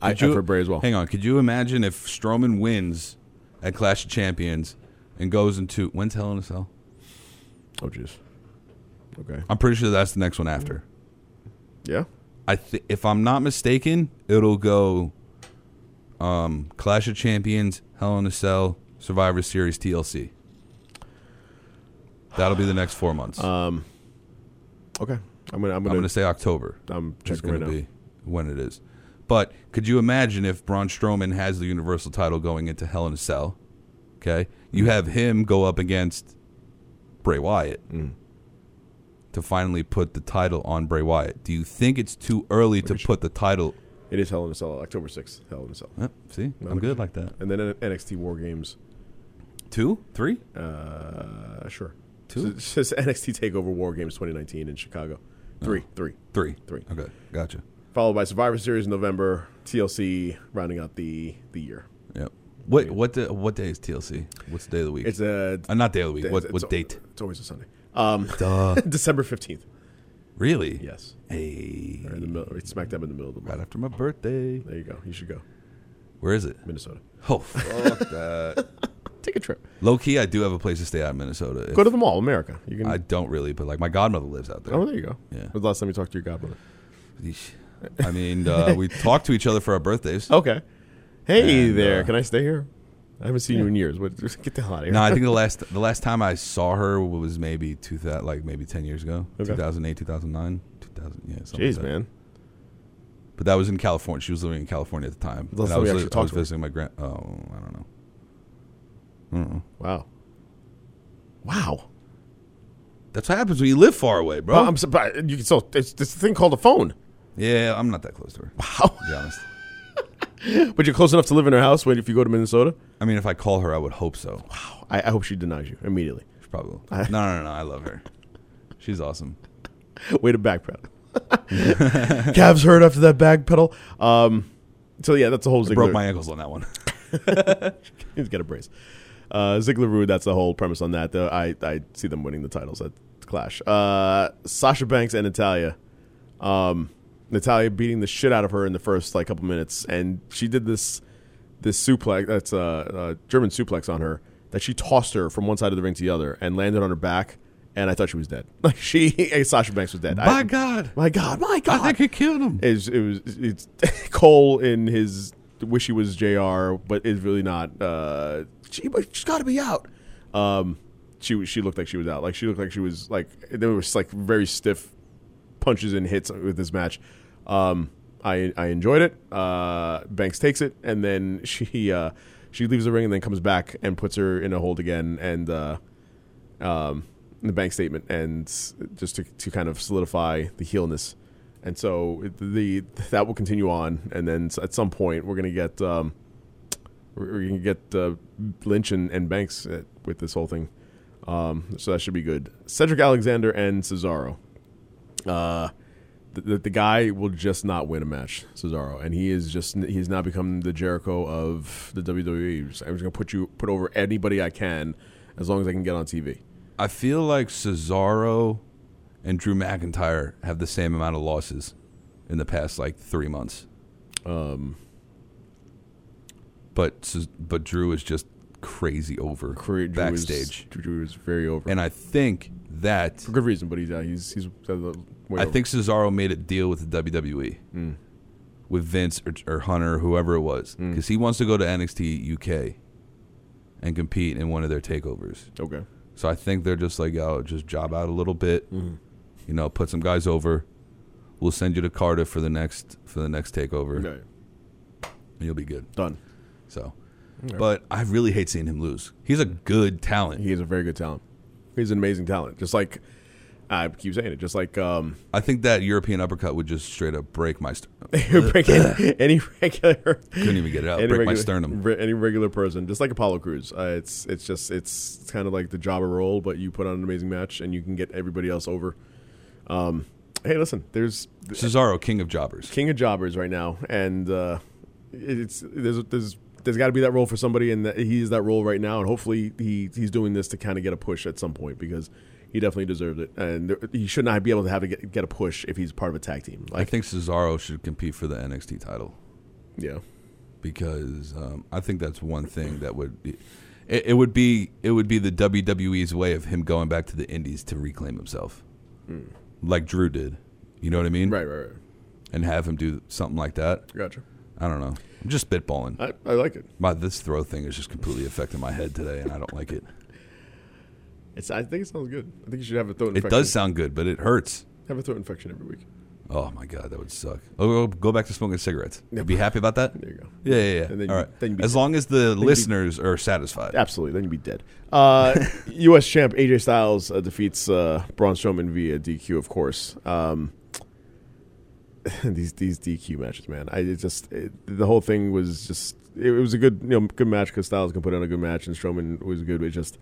I, Could you- I've heard Bray as well. Hang on. Could you imagine if Strowman wins at Clash of Champions and goes into when's Hell in a Cell? Oh jeez. Okay. I'm pretty sure that's the next one after. Yeah. I th- if I'm not mistaken, it'll go um, Clash of Champions, Hell in a Cell, Survivor Series, TLC. That'll be the next four months. Okay. I'm gonna I'm I'm gonna, going to say October. I'm It's checking right going now. to be when it is. But could you imagine if Braun Strowman has the Universal title going into Hell in a Cell? Okay, Mm. you have him go up against Bray Wyatt Mm. to finally put the title on Bray Wyatt. Do you think it's too early to put the title? It is Hell in a Cell, October sixth. Hell in a Cell, Huh, see, I'm good like that. and then N- NXT War Games. Two, three. Uh, sure. Two? So it's just NXT Takeover War Games 2019 in Chicago. Oh. Three, three, Three. Three. Okay, gotcha. Followed by Survivor Series in November. TLC rounding out the the year. Yep. What what the, what day is TLC? What's the day of the week? It's a Uh, not day of the week. What it's- what it's- date? It's always a Sunday. Um, December 15th. Really? Yes. Hey, Or in the middle, right smack dab in the middle of the right month. after my birthday. There you go. You should go. Where is it? Minnesota. Oh, fuck that. Take a trip. Low key, I do have a place to stay out in Minnesota. If- Go to the mall, America. You can. I don't really, but like my godmother lives out there. oh, there you go. Yeah. When was the last time you talked to your godmother? Yeesh. I mean, uh, we talk to each other for our birthdays. Okay. Hey And, there. uh, can I stay here? I haven't seen you in years. What, just get the hell out of here. No, I think the last the last time I saw her was maybe two thousand, like maybe ten years ago, Okay. two thousand eight, two thousand nine, two thousand. Yeah, something like Jeez, that. man. But that was in California. She was living in California at the time. That's And I how we was, actually li- I talked was to her. visiting my grand. Oh, I don't know. Wow. Wow. That's what happens when you live far away, bro. Well, I'm surprised. You can still. It's this thing called a phone. yeah, I'm not that close to her. Wow. To be honest. but you're close enough to live in her house. Wait, if you go to Minnesota, I mean, if I call her, I would hope so. I, I hope she denies you immediately. Probably. No, no, no, no. I love her. She's awesome. Way to backpedal. Cavs hurt after that backpedal. Um, so yeah, that's the whole Ziggler. Broke my ankles on that one. He's got a brace. Uh, Ziggler Rude. That's the whole premise on that. Though I I see them winning the titles at Clash. Uh, Sasha Banks and Natalia. Um, Natalia beating the shit out of her in the first like couple minutes, and she did this this suplex. That's a, uh German suplex on her that she tossed her from one side of the ring to the other and landed on her back. And I thought she was dead. Like she, Sasha Banks was dead. My I- God. my God, my God! I think he killed him. It's, it was it's Cole in his wish he was Jr. but is really not. Uh, she but she's got to be out. Um, she was- she looked like she was out. Like she looked like she was like there was like very stiff punches and hits with this match. Um, I I enjoyed it. Uh, Banks takes it and then she uh, she leaves the ring and then comes back and puts her in a hold again and. Uh, um, in the bank statement, and just to, to kind of solidify the heelness. And so it- the that will continue on, and then s- at some point we're gonna get um, we're, we're gonna get uh, Lynch and, and Banks uh with this whole thing. Um, so that should be good. Cedric Alexander and Cesaro. Uh, the, the guy will just not win a match, Cesaro, and he is just he's now become the Jericho of the WWE. He's just, I'm just gonna put you put over anybody I can, as long as I can get on TV. I feel like Cesaro and Drew McIntyre have the same amount of losses in the past like three months. Um, but Ce- but Drew is just crazy over Drew is- backstage, Drew is very over, and I think that for good reason. But he's uh, he's he's uh, way I over. think Cesaro made a deal with the WWE, Mm. with Vince or, or Hunter, whoever it was, because he wants to go to NXT UK and compete in one of their takeovers. okay. So I think they're just like, oh, just job out a little bit, Mm-hmm. you know, put some guys over. We'll send you to Cardiff for the next for the next takeover, Okay, and you'll be good. done. So, but I really hate seeing him lose. He's a good talent. He is a very good talent. He's an amazing talent. Just like I keep saying it. Just like um, I think that European uppercut would just straight up break my. St- break any, any regular. Uh, couldn't even get it out. any Break my regular- sternum. re- any regular person, just like Apollo Cruz. Uh, it's it's just it's, it's kind of like the job role, but you put on an amazing match and you can get everybody else over. Um, hey, listen, there's Cesaro, king of jobbers. king of jobbers right now, and uh, it's there's there's there's got to be that role for somebody, and that he is that role right now, and hopefully he he's doing this to kind of get a push at some point because. He definitely deserved it, and there, he should not be able to have to get, get a push if he's part of a tag team. I Like, think Cesaro should compete for the NXT title yeah, because um, I think that's one thing that would be, it, it would be it would be the WWE's way of him going back to the Indies to reclaim himself, like Drew did. You know what I mean? Hmm. right, right, right. And have him do something like that. Gotcha. I don't know. I'm just spitballing. I, I like it. my this throw thing is just completely affecting my head today, and I don't like it. It's, I think it sounds good. I think you should have a throat It infection. does sound good, but it hurts. have a throat infection every week. Oh my god, that would suck. Oh, oh, go back to smoking cigarettes. You'd be happy about that. There you go. Yeah, yeah, yeah. And then All you- right. then you'd be- as long as the listeners are satisfied. Absolutely, then you'd be dead. Uh, U.S. champ AJ Styles uh, defeats uh, Braun Strowman via DQ, of course. Um, these these DQ matches, man. I it just it, the whole thing was just it, was a good you know good match because Styles can put on a good match and Strowman was good. It just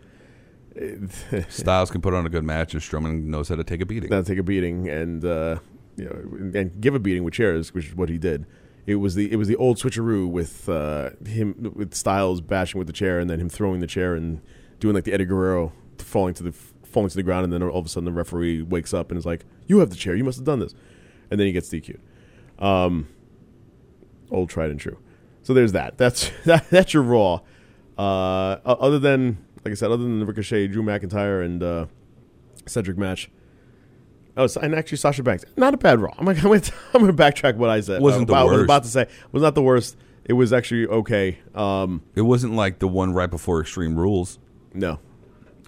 Styles can put on a good match, and Strowman knows how to take a beating. not take a beating and uh, you know and give a beating with chairs, which is what he did. It was the it was the old switcheroo with uh, him with Styles bashing with the chair and then him throwing the chair and doing like the Eddie Guerrero falling to the falling to the ground and then all of a sudden the referee wakes up and is like, "You have the chair. You must have done this," and then he gets DQ'd. Um, old tried and true. So there's that. That's that, that's your Raw. Uh, o- other than like I said, other than the Ricochet, Drew McIntyre, and uh, Cedric match. Oh, s- and actually Sasha Banks, not a bad Raw. I'm like, I'm gonna, I'm gonna backtrack what I said. Uh, Wasn't the about- was worst. about to say was not the worst. It was actually okay. Um, It wasn't like the one right before Extreme Rules. Uh, no,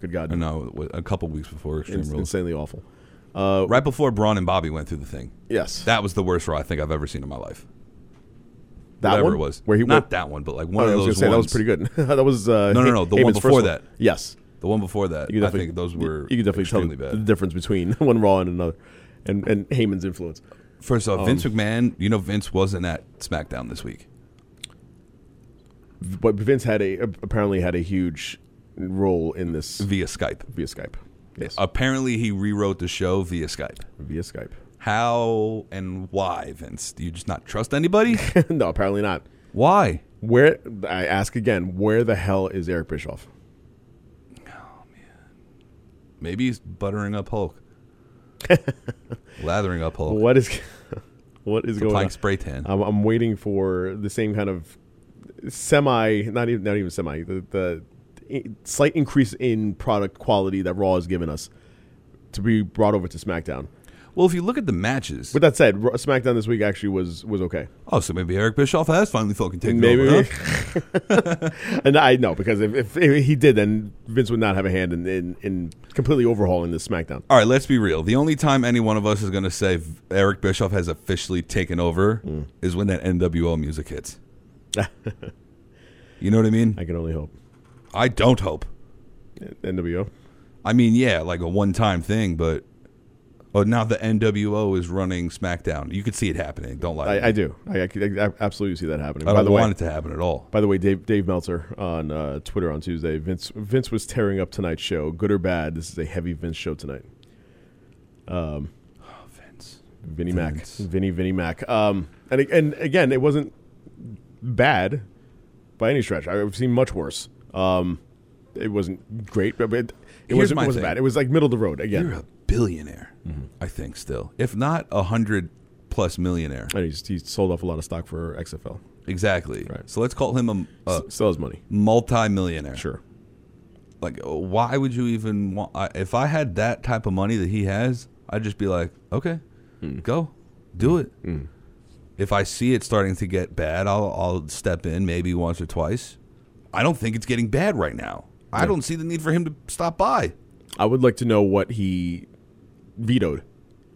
good God, no. No, it was a couple weeks before Extreme It's Rules. insanely awful. Right before Braun and Bobby went through the thing. Yes, That was the worst Raw I think I've ever seen in my life. that Whatever one it was. where he Not where- that one, but like Oh, one I of was those gonna ones. say that was pretty good. that was uh, No, no, Ha- no, the one Heyman's before first that. Yes, The one before that. You can I definitely- think those you- were You can definitely tell extremely the, the bad. difference between one Raw and another, and and Heyman's influence. First off, Vince um, McMahon, you know Vince wasn't at SmackDown this week. But Vince had a apparently had a huge role in this Via Skype. via Skype. Yes, Apparently he rewrote the show via Skype. via Skype. How and why, Vince? Do you just not trust anybody? no, apparently not. why? Where I ask again, where the hell is Eric Bischoff? Maybe he's buttering up Hulk. Lathering up Hulk. What is what is going Applying on? Um, spray tan. I'm, I'm waiting for the same kind of semi, not even not even semi, the, the i- slight increase in product quality that Raw has given us to be brought over to SmackDown. well, if you look at the matches, With that said, Raw- SmackDown this week actually was was okay. oh, so maybe Eric Bischoff has finally fucking taken Maybe, over. huh? and I know because if, if, if he did, then Vince would not have a hand in in, in completely overhauling this SmackDown. All right, let's be real. The only time any one of us is going to say v- Eric Bischoff has officially taken over Hmm. is when that NWO music hits. you know what I mean? I can only hope. I don't hope. NWO. I mean, yeah, like a one-time thing, but oh, now the NWO is running SmackDown. You could see it happening. Don't lie. to me. I, I do. I, I, could- I absolutely see that happening. I By don't the want way, it to happen at all. By the way, Dave, Dave Meltzer on uh, Twitter on Tuesday, Vince Vince was tearing up tonight's show, good or bad. This is a heavy Vince show tonight. Oh, Vince. Vinny Mac, Vince. Vinny Vinny Mac. Um, and a- and again, it wasn't bad by any stretch. I've seen much worse. Um, it wasn't great, but it, it Here's wasn't, my it wasn't thing. bad. It was like middle of the road You're again. a billionaire, I think. Still, if not a hundred plus millionaire, And he's, he's sold off a lot of stock for XFL. exactly. Right. So let's call him a, a S- still has money, multi-millionaire. sure. Like, uh, why would you even want? I, if I had that type of money that he has, I'd just be like, okay, Hmm. go, do it. If I see it starting to get bad, I'll I'll step in maybe once or twice. I don't think it's getting bad right now. I don't see the need for him to stop by. I would like to know what he vetoed.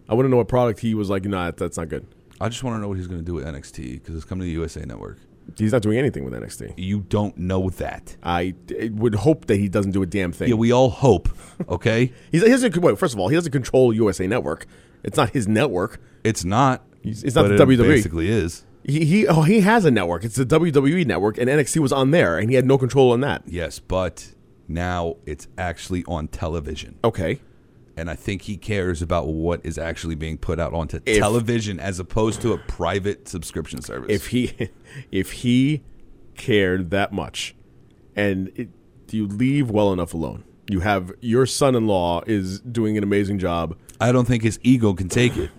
I want to know what product he was like. Nah, that's not good. I just want to know what he's going to do with NXT because it's coming to the USA Network. He's not doing anything with NXT. You don't know that. I I would hope that he doesn't do a damn thing. Yeah, we all hope. Okay, he's, he doesn't. Wait, first of all, he doesn't control USA Network. It's not his network. it's not. It's not but the E. it WWE. Basically, is He, he oh he has a network. It's the WWE network, and NXT was on there, and he had no control on that. yes, but now it's actually on television, Okay, and I think he cares about what is actually being put out onto television as opposed to a private subscription service. if he if he cared that much, and it, you leave well enough alone, you have your son-in-law is doing an amazing job. I don't think his ego can take it.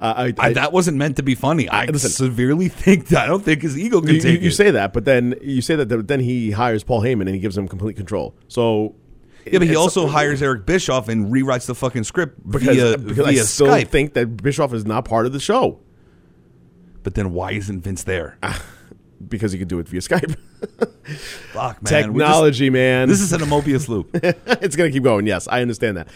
Uh, I, that wasn't meant to be funny. I Listen. severely think that. I don't think his ego can you, you, take you it. say that, but then you say that, but then he hires Paul Heyman and he gives him complete control. So yeah, but he it's- also hires Eric Bischoff and rewrites the fucking script because, via, because I via still Skype. think that Bischoff is not part of the show but then why isn't Vince there? Ah, because he could do it via Skype. Fuck, man. We just- Technology, man. This is an Amobius loop. it's gonna keep going. Yes, I understand that.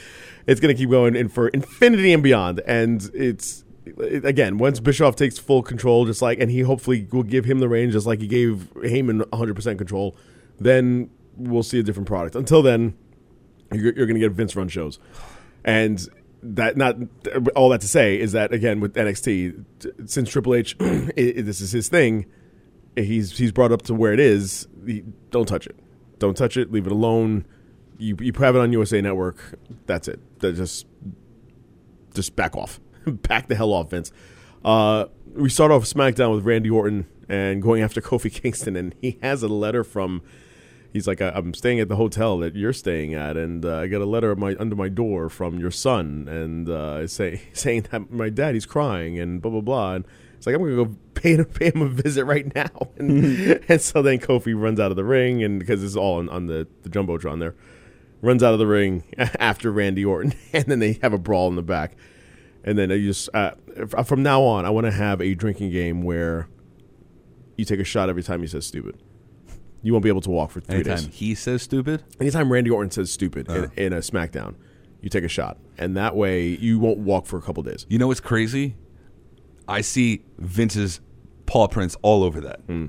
It's gonna keep going in for infinity and beyond. And it's it, again once Bischoff takes full control, just like and he hopefully will give him the range, just like he gave Heyman 100 percent control. Then we'll see a different product. Until then, you're, you're gonna get Vince run shows, and that not all that to say is that again with NXT t- since Triple H i i this is his thing he's he's brought up to where it is. He, don't touch it. Don't touch it. Leave it alone. You you have it on USA Network. That's it. That just just back off. back the hell off, Vince. Uh, we start off SmackDown with Randy Orton and going after Kofi Kingston, and he has a letter from. He's like, "I- I'm staying at the hotel that you're staying at, and uh, I got a letter at my, under my door from your son, and uh, say, saying that my daddy's crying, and blah blah blah." And it's like, "I'm gonna go pay, pay him a visit right now." And, and so then Kofi runs out of the ring, and because it's all on, on the the jumbotron there, runs out of the ring after Randy Orton, and then they have a brawl in the back. And then you just uh, f- from now on, I want to have a drinking game where you take a shot every time he says stupid. You won't be able to walk for three Anytime Uh. days. he says stupid, Anytime Randy Orton says stupid in, in a SmackDown, you take a shot, and that way you won't walk for a couple days. you know what's crazy? I see Vince's paw prints all over that. Hmm.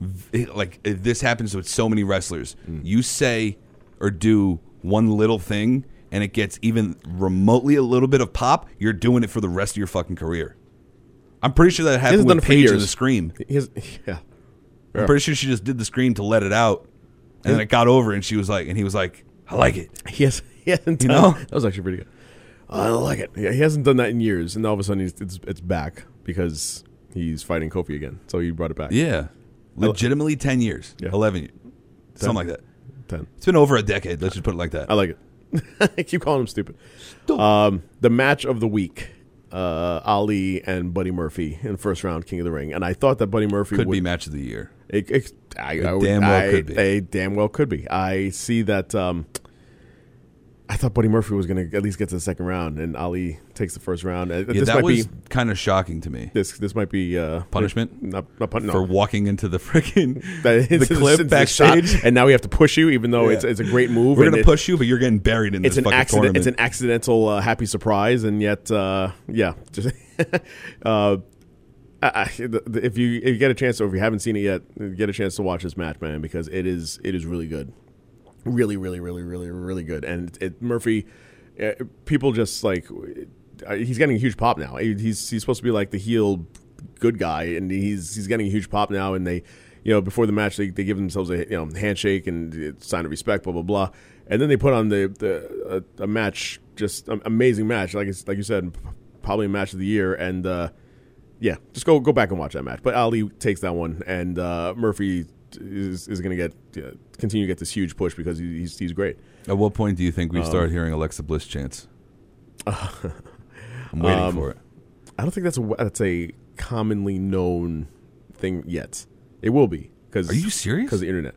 V- Like uh, this happens with so many wrestlers. Hmm. You say or do one little thing, and it gets even remotely a little bit of pop. You're doing it for the rest of your fucking career. I'm pretty sure that He hasn't happened done it with for Paige in years. the Scream. He has- yeah, I'm pretty sure she just did the Scream to let it out, and then it got over, and she was like, and he was like, "I like it." he has. He hasn't You done. know? That was actually pretty good. I like it. Yeah, he hasn't done that in years, and all of a sudden he's, it's it's back because he's fighting Kofi again. So he brought it back. Yeah. Legitimately 10 years, Yeah. 11 years, something like that. ten. It's been over a decade. Let's just put it like that. I like it. I keep calling him stupid. Um, the match of the week, uh, Ali and Buddy Murphy in first round King of the Ring, and I thought that Buddy Murphy Could would, be match of the year. It, it, I, I would- damn well I- could be. They damn well could be. I see that. Um, I thought Buddy Murphy was going to at least get to the second round, and Ali takes the first round. Uh, Yeah, this that might was be kind of shocking to me this. This might be uh, Punishment? Not, not pun- no. for walking into the freaking That- the it's- clip it's a shot, backstage. and now we have to push you, even though it's, it's a great move. We're and going it- to push you, but you're getting buried in it's this an fucking accident. tournament. It's an accidental uh, happy surprise, and yet, uh, yeah, just uh, I, I, the- the- if you if you get a chance, or if you haven't seen it yet, get a chance to watch this match, man, because it is it is really good. really, really, really, really, really good. And it, Murphy, uh, people just like uh, he's getting a huge pop now. He- He's he's supposed to be like the heel good guy, and he's he's getting a huge pop now. And they, you know, before the match, they, they give themselves a you know handshake and uh, sign of respect, blah blah blah. And then they put on the the a, a match, just an amazing match, like it's, like you said, p- probably a match of the year. And uh, yeah, just go go back and watch that match. But Ali takes that one, and uh, Murphy is, is going to get uh, continue to get this huge push because he- he's he's great. At what point do you Oh. think we start hearing Alexa Bliss chants? I'm waiting Um, for it. I don't think that's a that's a commonly known thing yet. It will be because Are you serious? Because the internet.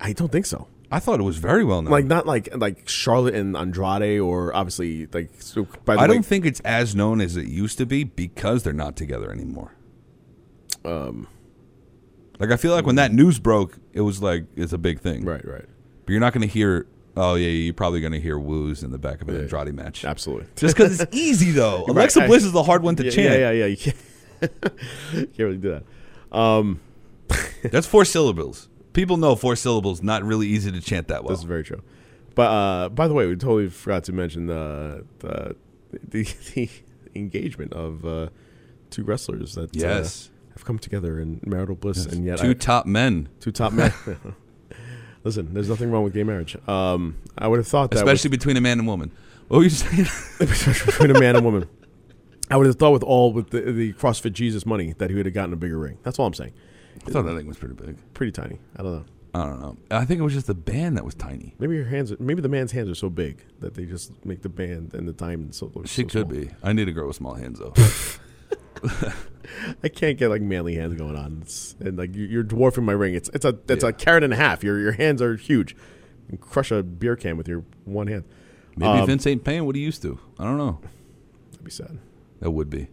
I don't think so. I thought it was very well known. Like not like like Charlotte and Andrade, or obviously like. So, by the I way, don't think it's as known as it used to be because they're not together anymore. Um, like I feel like when that news broke, it was like it's a big thing, right, right, But you're not going to hear. Oh yeah, you're probably going to hear woos in the back of an Andrade match. absolutely. Just because it's easy though. Alexa I- Bliss is the hard one to yeah, chant. yeah, yeah, yeah. You can't, you can't really do that. Um, That's four syllables. People know four syllables. Not really easy to chant that well. This is very true. But uh, by the way, we totally forgot to mention the the the, the engagement of uh, two wrestlers that uh, Yes. have come together in marital bliss, and yet Two I- top men, two top men. Listen, there's nothing wrong with gay marriage. Um, I would have thought that especially between a man and woman. What were you saying? with, between a man and woman. I would have thought with all with the, the CrossFit Jesus money that he would have gotten a bigger ring. That's all I'm saying. I thought that thing was pretty big. Pretty tiny. I don't know. I don't know. I think it was just the band that was tiny. Maybe your hands. Are, maybe the man's hands are so big that they just make the band and the diamond so. so She could small. be. I need a girl with small hands though. I can't get like manly hands going on, it's, and like you- you're dwarfing my ring. It's it's a it's a carrot and a half. Your your hands are huge. You can crush a beer can with your one hand. Maybe Um, Vince ain't paying what he used to. I don't know. That'd be sad. That would be.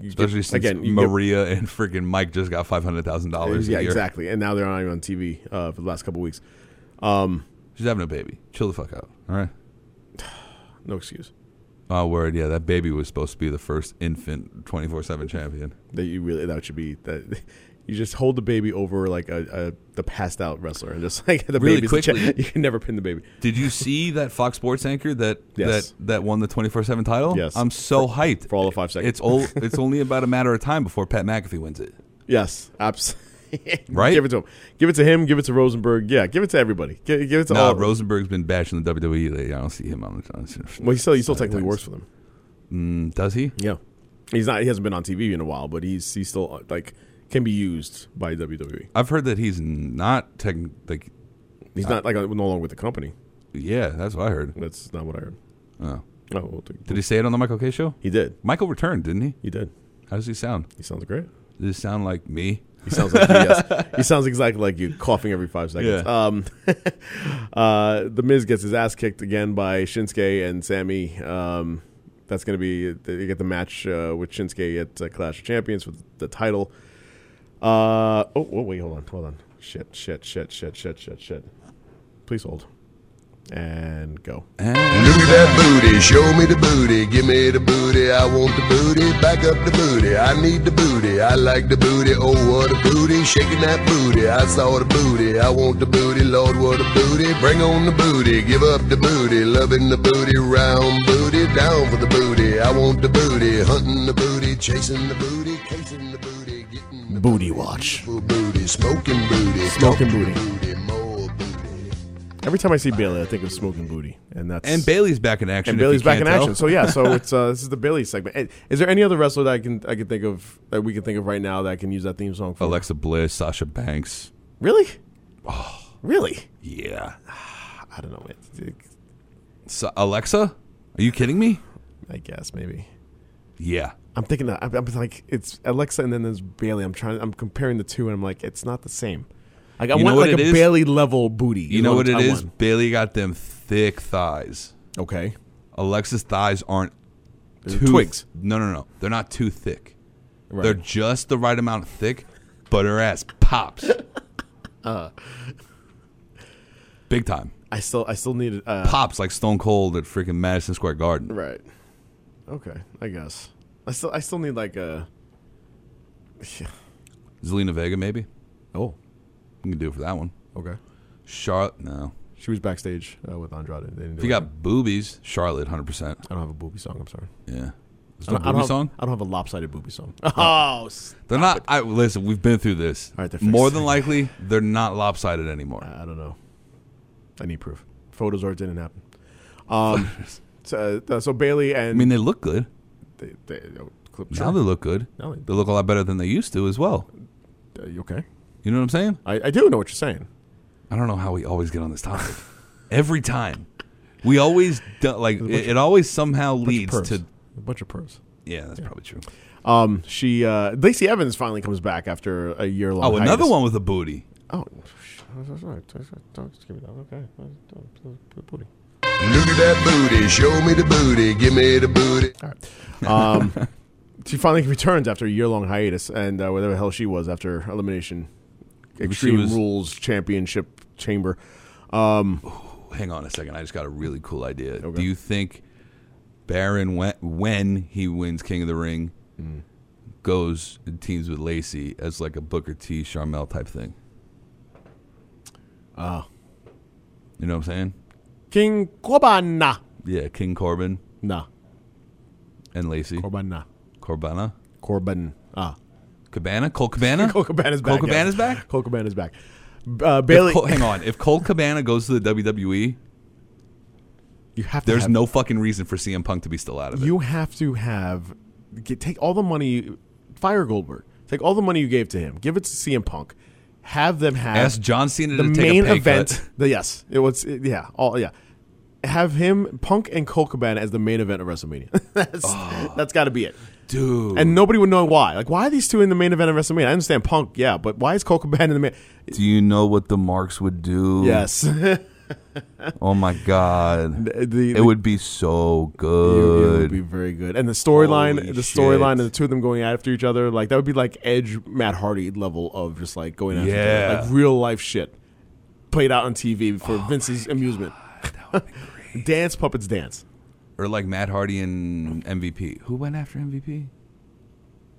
You Especially get- since you get- Maria and freaking Mike just got five hundred thousand dollars. yeah, exactly. And now they're not even on TV uh, for the last couple weeks. Um, She's having a baby. Chill the fuck out. All right. no excuse Oh, word. Yeah, that baby was supposed to be the first infant twenty four seven champion. that you really that should be that. You just hold the baby over like a, a the passed out wrestler and just like the Really baby's a cha- quickly. you can never pin the baby. Did you see that Fox Sports anchor that Yes. that that won the twenty four seven title? Yes. I'm so hyped for all of five seconds. It's all. It's only about a matter of time before Pat McAfee wins it. Yes, absolutely. Right? Give it to him. Give it to him. Give it to Rosenberg. Yeah, give it to everybody. Give, give it to all. No, of them. Rosenberg's been bashing the WWE lately. I don't see him on the. On the Well, he still he still side of technically things. works for them. Mm, does he? Yeah, he's not. He hasn't been on TV in a while, but he's he's still uh, like can be used by WWE. I've heard that he's not tech. Like, He's not like uh, no longer with the company. yeah, that's what I heard. That's not what I heard. Oh. Oh, well, dude. Did he say it on the Michael K show? he did. Michael returned, didn't he? He did. How does he sound? He sounds great. Does he sound like me? He sounds like you, yes. He sounds exactly like you, coughing every five seconds. Yeah. Um, uh, the Miz gets his ass kicked again by Shinsuke and Sammy. Um, that's going to be you get the match uh, with Shinsuke at uh, Clash of Champions for the title. Uh, oh, whoa, wait, hold on, hold on. Shit, shit, shit, shit, shit, shit, shit. Please hold and go. Look at that booty, show me the booty, give me the booty, I want the booty, back up the booty, I need the booty, I like the booty, oh what a booty, shaking that booty, I saw the booty, I want the booty, Lord what a booty, bring on the booty, give up the booty, loving the booty, round booty, down for the booty, I want the booty, hunting the booty, chasing the booty, casing the booty, getting the Booty watch. beautiful booty, smoking booty, Smoking booty. booty, more booty. Every time I see Bailey, I think of smoking booty, and that's And Bailey's back in action. and if you Bailey's back can't in tell. action. So yeah, so it's uh, this is the Bailey segment. And Is there any other wrestler that I can I can think of that we can think of right now that I can use that theme song for? Alexa Oh. Bliss, Sasha Banks. Really? Really? Yeah. I don't know. It, it, Sa- Alexa? Are you kidding me? I guess maybe. Yeah. I'm thinking that I'm, I'm like it's Alexa and then there's Bailey. I'm trying. I'm comparing the two and I'm like it's not the same. Like I You know want what like it a is? Bailey level booty. You know what I it is? want. Bailey got them thick thighs. Okay. Alexa's thighs aren't They're too twigs. No, no, no. They're not too thick. Right. They're just the right amount thick, but her ass pops. Uh. Big time. I still I still need uh, Pops like Stone Cold at freaking Madison Square Garden. Right. Okay. I guess. I still I still need like a. Zelina Vega, maybe? Oh. Oh, We can do it for that one. Okay. Charlotte, no. She was backstage uh, with Andrade. They didn't do If you it. got boobies, Charlotte, hundred percent. I don't have a booby song. I'm sorry. Yeah. There's I no don't- I don't booby have- song. I don't have a lopsided booby song. Oh, s- They're not. I listen. We've been through this. All right, they're fixed. More than likely, they're not lopsided anymore. I don't know. I need proof. Photos or it didn't happen. Um, so, uh, so Bailey and I mean, they look good. they, they, oh, clip. Now they look good. Now They look a lot better than they used to as well. Uh, you okay? You know what I'm saying? I, I do know what you're saying. I don't know how we always get on this topic. Every time, we always do, like it, it always somehow leads Purse. to. a bunch of purrs. Yeah, that's probably true. Um, she uh, Lacey Evans finally comes back after a year long. Oh, another one with a booty. Oh, sh- that's all right. That's all right. Don't- just give me that. Okay. Don't- don't- don't- booty. Look at that booty. Show me the booty. Give me the booty. Um, She finally returns after a year long hiatus, and uh, where the hell she was after elimination, Extreme was- Rules Championship Chamber. Um, Hang on a second. I just got a really cool idea. Okay. Do you think Baron, when, when he wins King of the Ring, Mm. goes and teams with Lacey as like a Booker T. Charmel type thing? Ah. You know what I'm saying? King Corbana. Yeah, King Corbin Nah, and Lacey. Corbana. Corbana? Corbin. Ah, Cabana? Cole Cabana? Cole Cabana's back. Cole yes. Cabana's back? Cole Cabana's back. B- Uh, If Bailey, Cole- hang on. If Cole Cabana goes to the WWE, you have to there's have- no fucking reason for CM Punk to be still out of it. You have to have get, take all the money. Fire Goldberg. Take all the money you gave to him. Give it to CM Punk. Have them have Ask John Cena the to take a main pay event. cut. The yes, it was it- yeah, all yeah. Have him Punk and Cole Cabana as the main event of WrestleMania. that's Oh. that's got to be it. Dude. And nobody would know why. Like, why are these two in the main event of WrestleMania? I understand Punk, yeah, but why is Cole Cabana in the main? Do you know what the marks would do? Yes, The- Oh my god. the- It would be so It good. would be very good. And the storyline, Holy the storyline of shit. the two of them going after each other, like that would be like Edge, Matt Hardy level of just like going after each Yeah. Oh other, like real life shit played out on TV for Vince's amusement. dance puppets dance. or like Matt Hardy and MVP. Who went after MVP?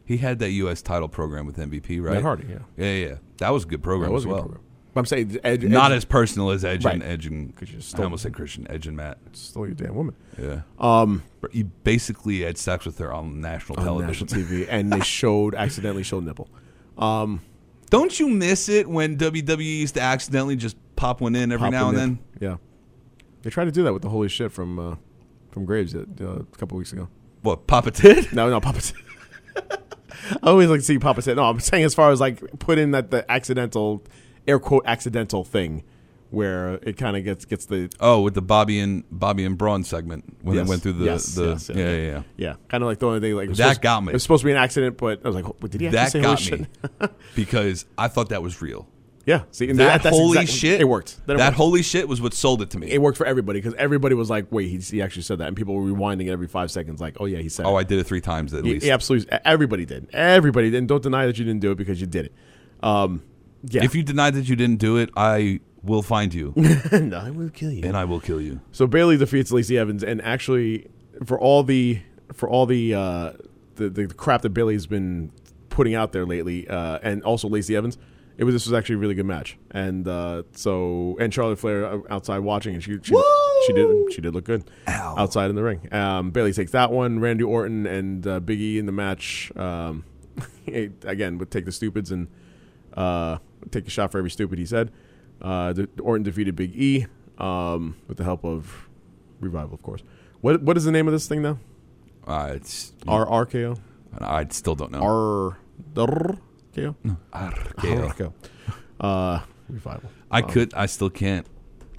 He had that U.S. title program with MVP, right? Matt Hardy, yeah. Yeah, yeah. That was a good program That was as a good well. program. But I'm saying Edge, Not Edge as personal as Edge and Right. Edge and you just I stole- almost said Christian Edge and Matt. stole your damn woman Yeah. But he basically had sex with her on national Um, on television. national TV, and they showed accidentally showed nipple. Don't you miss it when WWE used to accidentally just pop one in every Pop now the and nip. then? yeah, they tried to do that with the holy shit from uh, from Graves uh, a couple weeks ago. What Papa did? No, no, Papa. Ted. I always like to see Papa said. No, I'm saying as far as like put in that the accidental, air quote accidental thing, where it kind of gets gets the Oh, with the Bobby and Bobby and Braun segment when Yes, they went through the yes, the yes, yeah. yeah yeah yeah. yeah, kind of like the only thing like it was That supposed- got me. It was supposed to be an accident, but I was like, "Oh, did he actually that say got holy me shit? because I thought that was real. yeah, see, and That, that's holy exact- shit! It worked. Then That it worked. holy shit was what sold it to me. it worked for everybody because everybody was like, "Wait, he, he actually said that," and people were rewinding it every five seconds, like, "Oh yeah, he said." oh, it. I did it three times at Yeah, least. yeah, absolutely. e, Everybody did. Everybody did. And don't deny that you didn't do it because you did it. Um, yeah. If you deny that you didn't do it, I will find you and I will kill you. and I will kill you. So Bailey defeats Lacey Evans, and actually, for all the for all the uh, the, the crap that Bailey's been putting out there lately, uh, and also Lacey Evans, it was this was actually a really good match, and uh, so and Charlotte Flair uh, outside watching, and she she, she did she did look good outside in the ring. Um, Bailey takes that one. Randy Orton and uh, Big E in the match um, again would take the stupids and uh, take a shot for every stupid he said. Uh, the, Orton defeated Big E um, with the help of Revival, of course. What what is the name of this thing now? Uh, it's R RKO I still don't know. R RKO Arcade. RKO. Uh, Revival. I could. I still can't.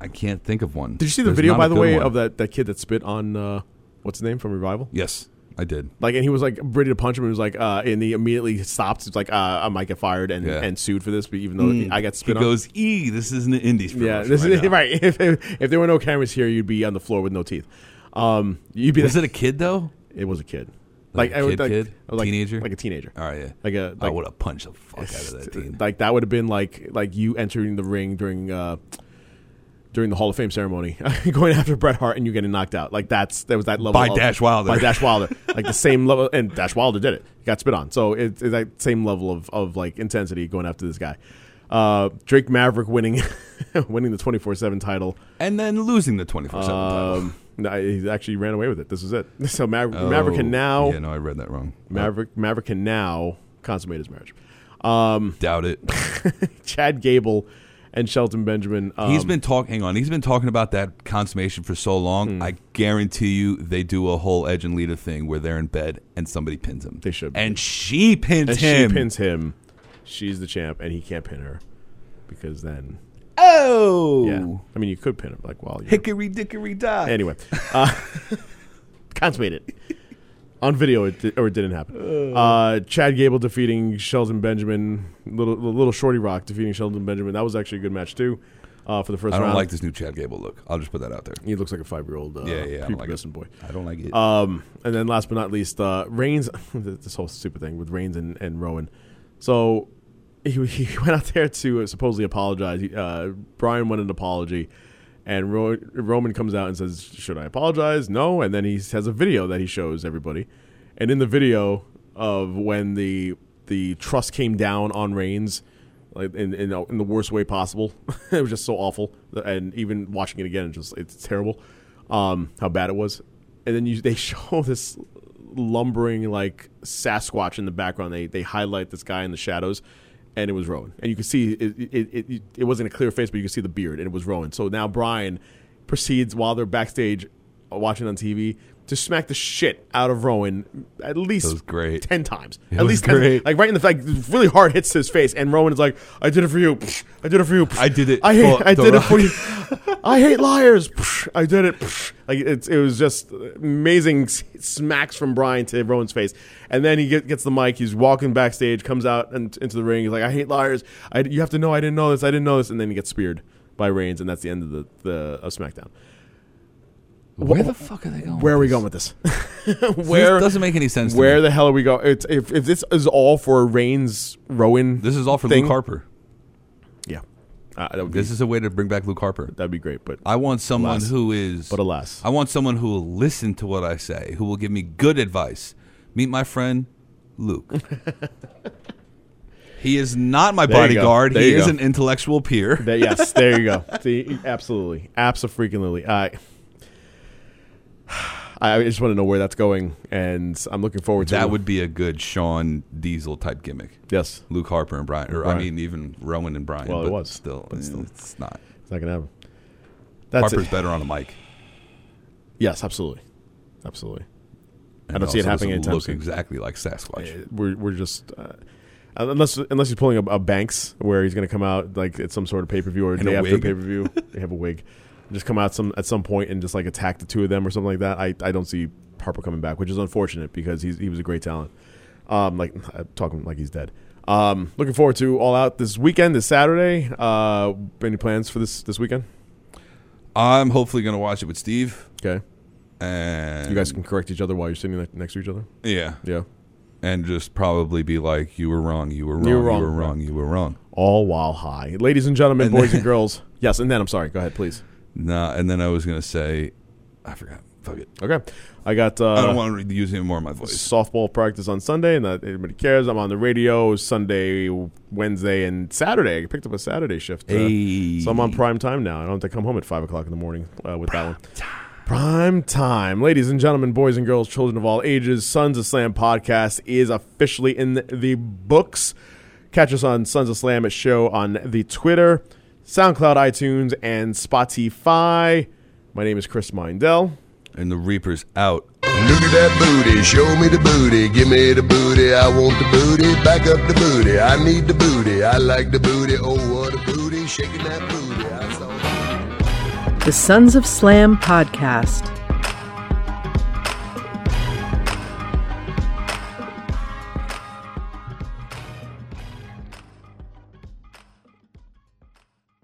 I can't think of one. Um, Did you see the There's video not by a the good way one. of that, that kid that spit on uh, what's his name from Revival? Yes, I did. Like and he was like ready to punch him. He was like, uh, and he immediately stopped. It's like uh, I might get fired and, Yeah. Mm. and sued for this, but even though I got He spit on, goes, "E, this isn't an indies." yeah, promotion this right is now." right. If, if if there were no cameras here, you'd be on the floor with no teeth. Um, you'd be Was it a kid though? It was a kid. Like a I would- kid, kid? I would like- Teenager? Like a teenager. All right, yeah. Like a I like, would have punched the fuck out of that teen. like that would have been like like you entering the ring during uh during the Hall of Fame ceremony, going after Bret Hart and you getting knocked out. Like that's there was that level By of- Dash Wilder. By Dash Wilder. like the same level and Dash Wilder did it. Got spit on. So it's, it's that same level of, of like intensity going after this guy. Uh, Drake Maverick winning, winning the twenty four seven title. and then losing the 24 7 title. Um, no, he actually ran away with it. This is it. So Maver- Maverick can Oh, now Yeah, no, I read that wrong. Maverick Maverick can now consummate his marriage. Um, Doubt it. Chad Gable and Shelton Benjamin. Um, He's been talking. Hang on. He's been talking about that consummation for so Hmm. long. I guarantee you, they do a whole Edge and Lita thing where they're in bed and somebody pins him. They should. And she pins and him. she pins him. She's the champ, and he can't pin her because then Oh. yeah. I mean, you could pin him like while you're Hickory dickory dock. anyway, uh, consummate it. On video, it di- or it didn't happen. Uh, Chad Gable defeating Shelton Benjamin, little little Shorty Rock defeating Shelton Benjamin. That was actually a good match too, uh, for the first I don't round. like this new Chad Gable look. I'll just put that out there. He looks like a five year old. Uh, Yeah, yeah, I don't like it. prepubescent boy. I don't like it. Um, and then last but not least, uh, Reigns. this whole stupid thing with Reigns and, and Rowan. So he, he went out there to supposedly apologize. He, uh, Brian went an apology, and Ro- Roman comes out and says, "Should I apologize? No." And then he has a video that he shows everybody, and in the video of when the the trust came down on Reigns. Like in, in in the worst way possible, it was just so awful. And even watching it again, just it's terrible. Um, how bad it was and then you they show this lumbering like Sasquatch in the background. They they highlight this guy in the shadows, and it was Rowan. And you can see it it, it, it it wasn't a clear face, but you can see the beard, and it was Rowan. So now Brian proceeds while they're backstage uh, watching on TV to smack the shit out of Rowan at least was great. ten times. It at was least 10 great. like right in the like really hard hits his face, and Rowan is like, "I did it for you. Psh, I did it for you. Psh, I did it I hate, for I The did it Rock." for you. I hate liars. Psh, I did it. Psh. Like it's, it was just amazing s- smacks from Brian to Rowan's face, and then he get, gets the mic. He's walking backstage, comes out and, into the ring. He's like, "I hate liars. I, you have to know I didn't know this. I didn't know this." And then he gets speared by Reigns, and that's the end of the, the of SmackDown. where the fuck are they going? Where are with we this? going with this? This doesn't make any sense. To Where me. the hell are we going? It's, if, if this is all for Reigns, Rowan, This is all for thing- Luke Harper. Yeah, uh, that would be, This is a way to bring back Luke Harper. that'd be great. But I want someone Alas. who is. But alas. I want someone who will listen to what I say, who will give me good advice. Meet my friend, Luke. he is not my There you go. bodyguard. There He you is go. an intellectual peer. That- yes, there you go. See, absolutely, absolutely. I, I just want to know where that's going, and I'm looking forward to that would be a good Sean Diesel type gimmick. yes, Luke Harper and Brian, or Brian. I mean, even Rowan and Brian. Well, it but was, still, eh, but still. it's not. it's not gonna happen. That's Harper's it. better on a mic. Yes, absolutely, absolutely. And don't see it also happening doesn't anytime Look soon. Eh, exactly like Sasquatch. We're we're just. Uh, Unless unless he's pulling a, a Banks where he's going to come out like at some sort of pay per view or In day a after wig. pay per view, they have a wig, just come out some at some point and just like attack the two of them or something like that. I, I don't see Harper coming back, which is unfortunate because he's he was a great talent. Um, like I'm talking like he's dead. Um, looking forward to all out this weekend, this Saturday. Uh, any plans for this this weekend? I'm hopefully going to watch it with Steve. Okay, And you guys can correct each other while you're sitting ne- next to each other. Um, yeah, Yeah, and just probably be like, "You were wrong. You were wrong. You You were were wrong." wrong. You were wrong." all while high, ladies and gentlemen, And boys then- and girls. Yes, and then I'm sorry. Go ahead, please. Nah, and then I was gonna say, I forgot. Fuck it. Okay, I got. Uh, I don't want to use any more of my voice. softball practice on Sunday, and not anybody cares. I'm on the radio Sunday, Wednesday, and Saturday. I picked up a Saturday shift, uh, Hey. so I'm on prime time now. I don't have to come home at five o'clock in the morning uh, with that one. Prime time, ladies and gentlemen, boys and girls, children of all ages. Sons of Slam podcast is officially in the, the books. Catch us on Sons of Slam at show on the Twitter, SoundCloud, iTunes, and Spotify. My name is Chris Mindell. And the Reaper's out. Look at that booty, show me the booty, give me the booty, I want the booty, back up the booty, I need the booty, I like the booty, oh what a booty, shaking that booty, I saw the booty. The Sons of Slam podcast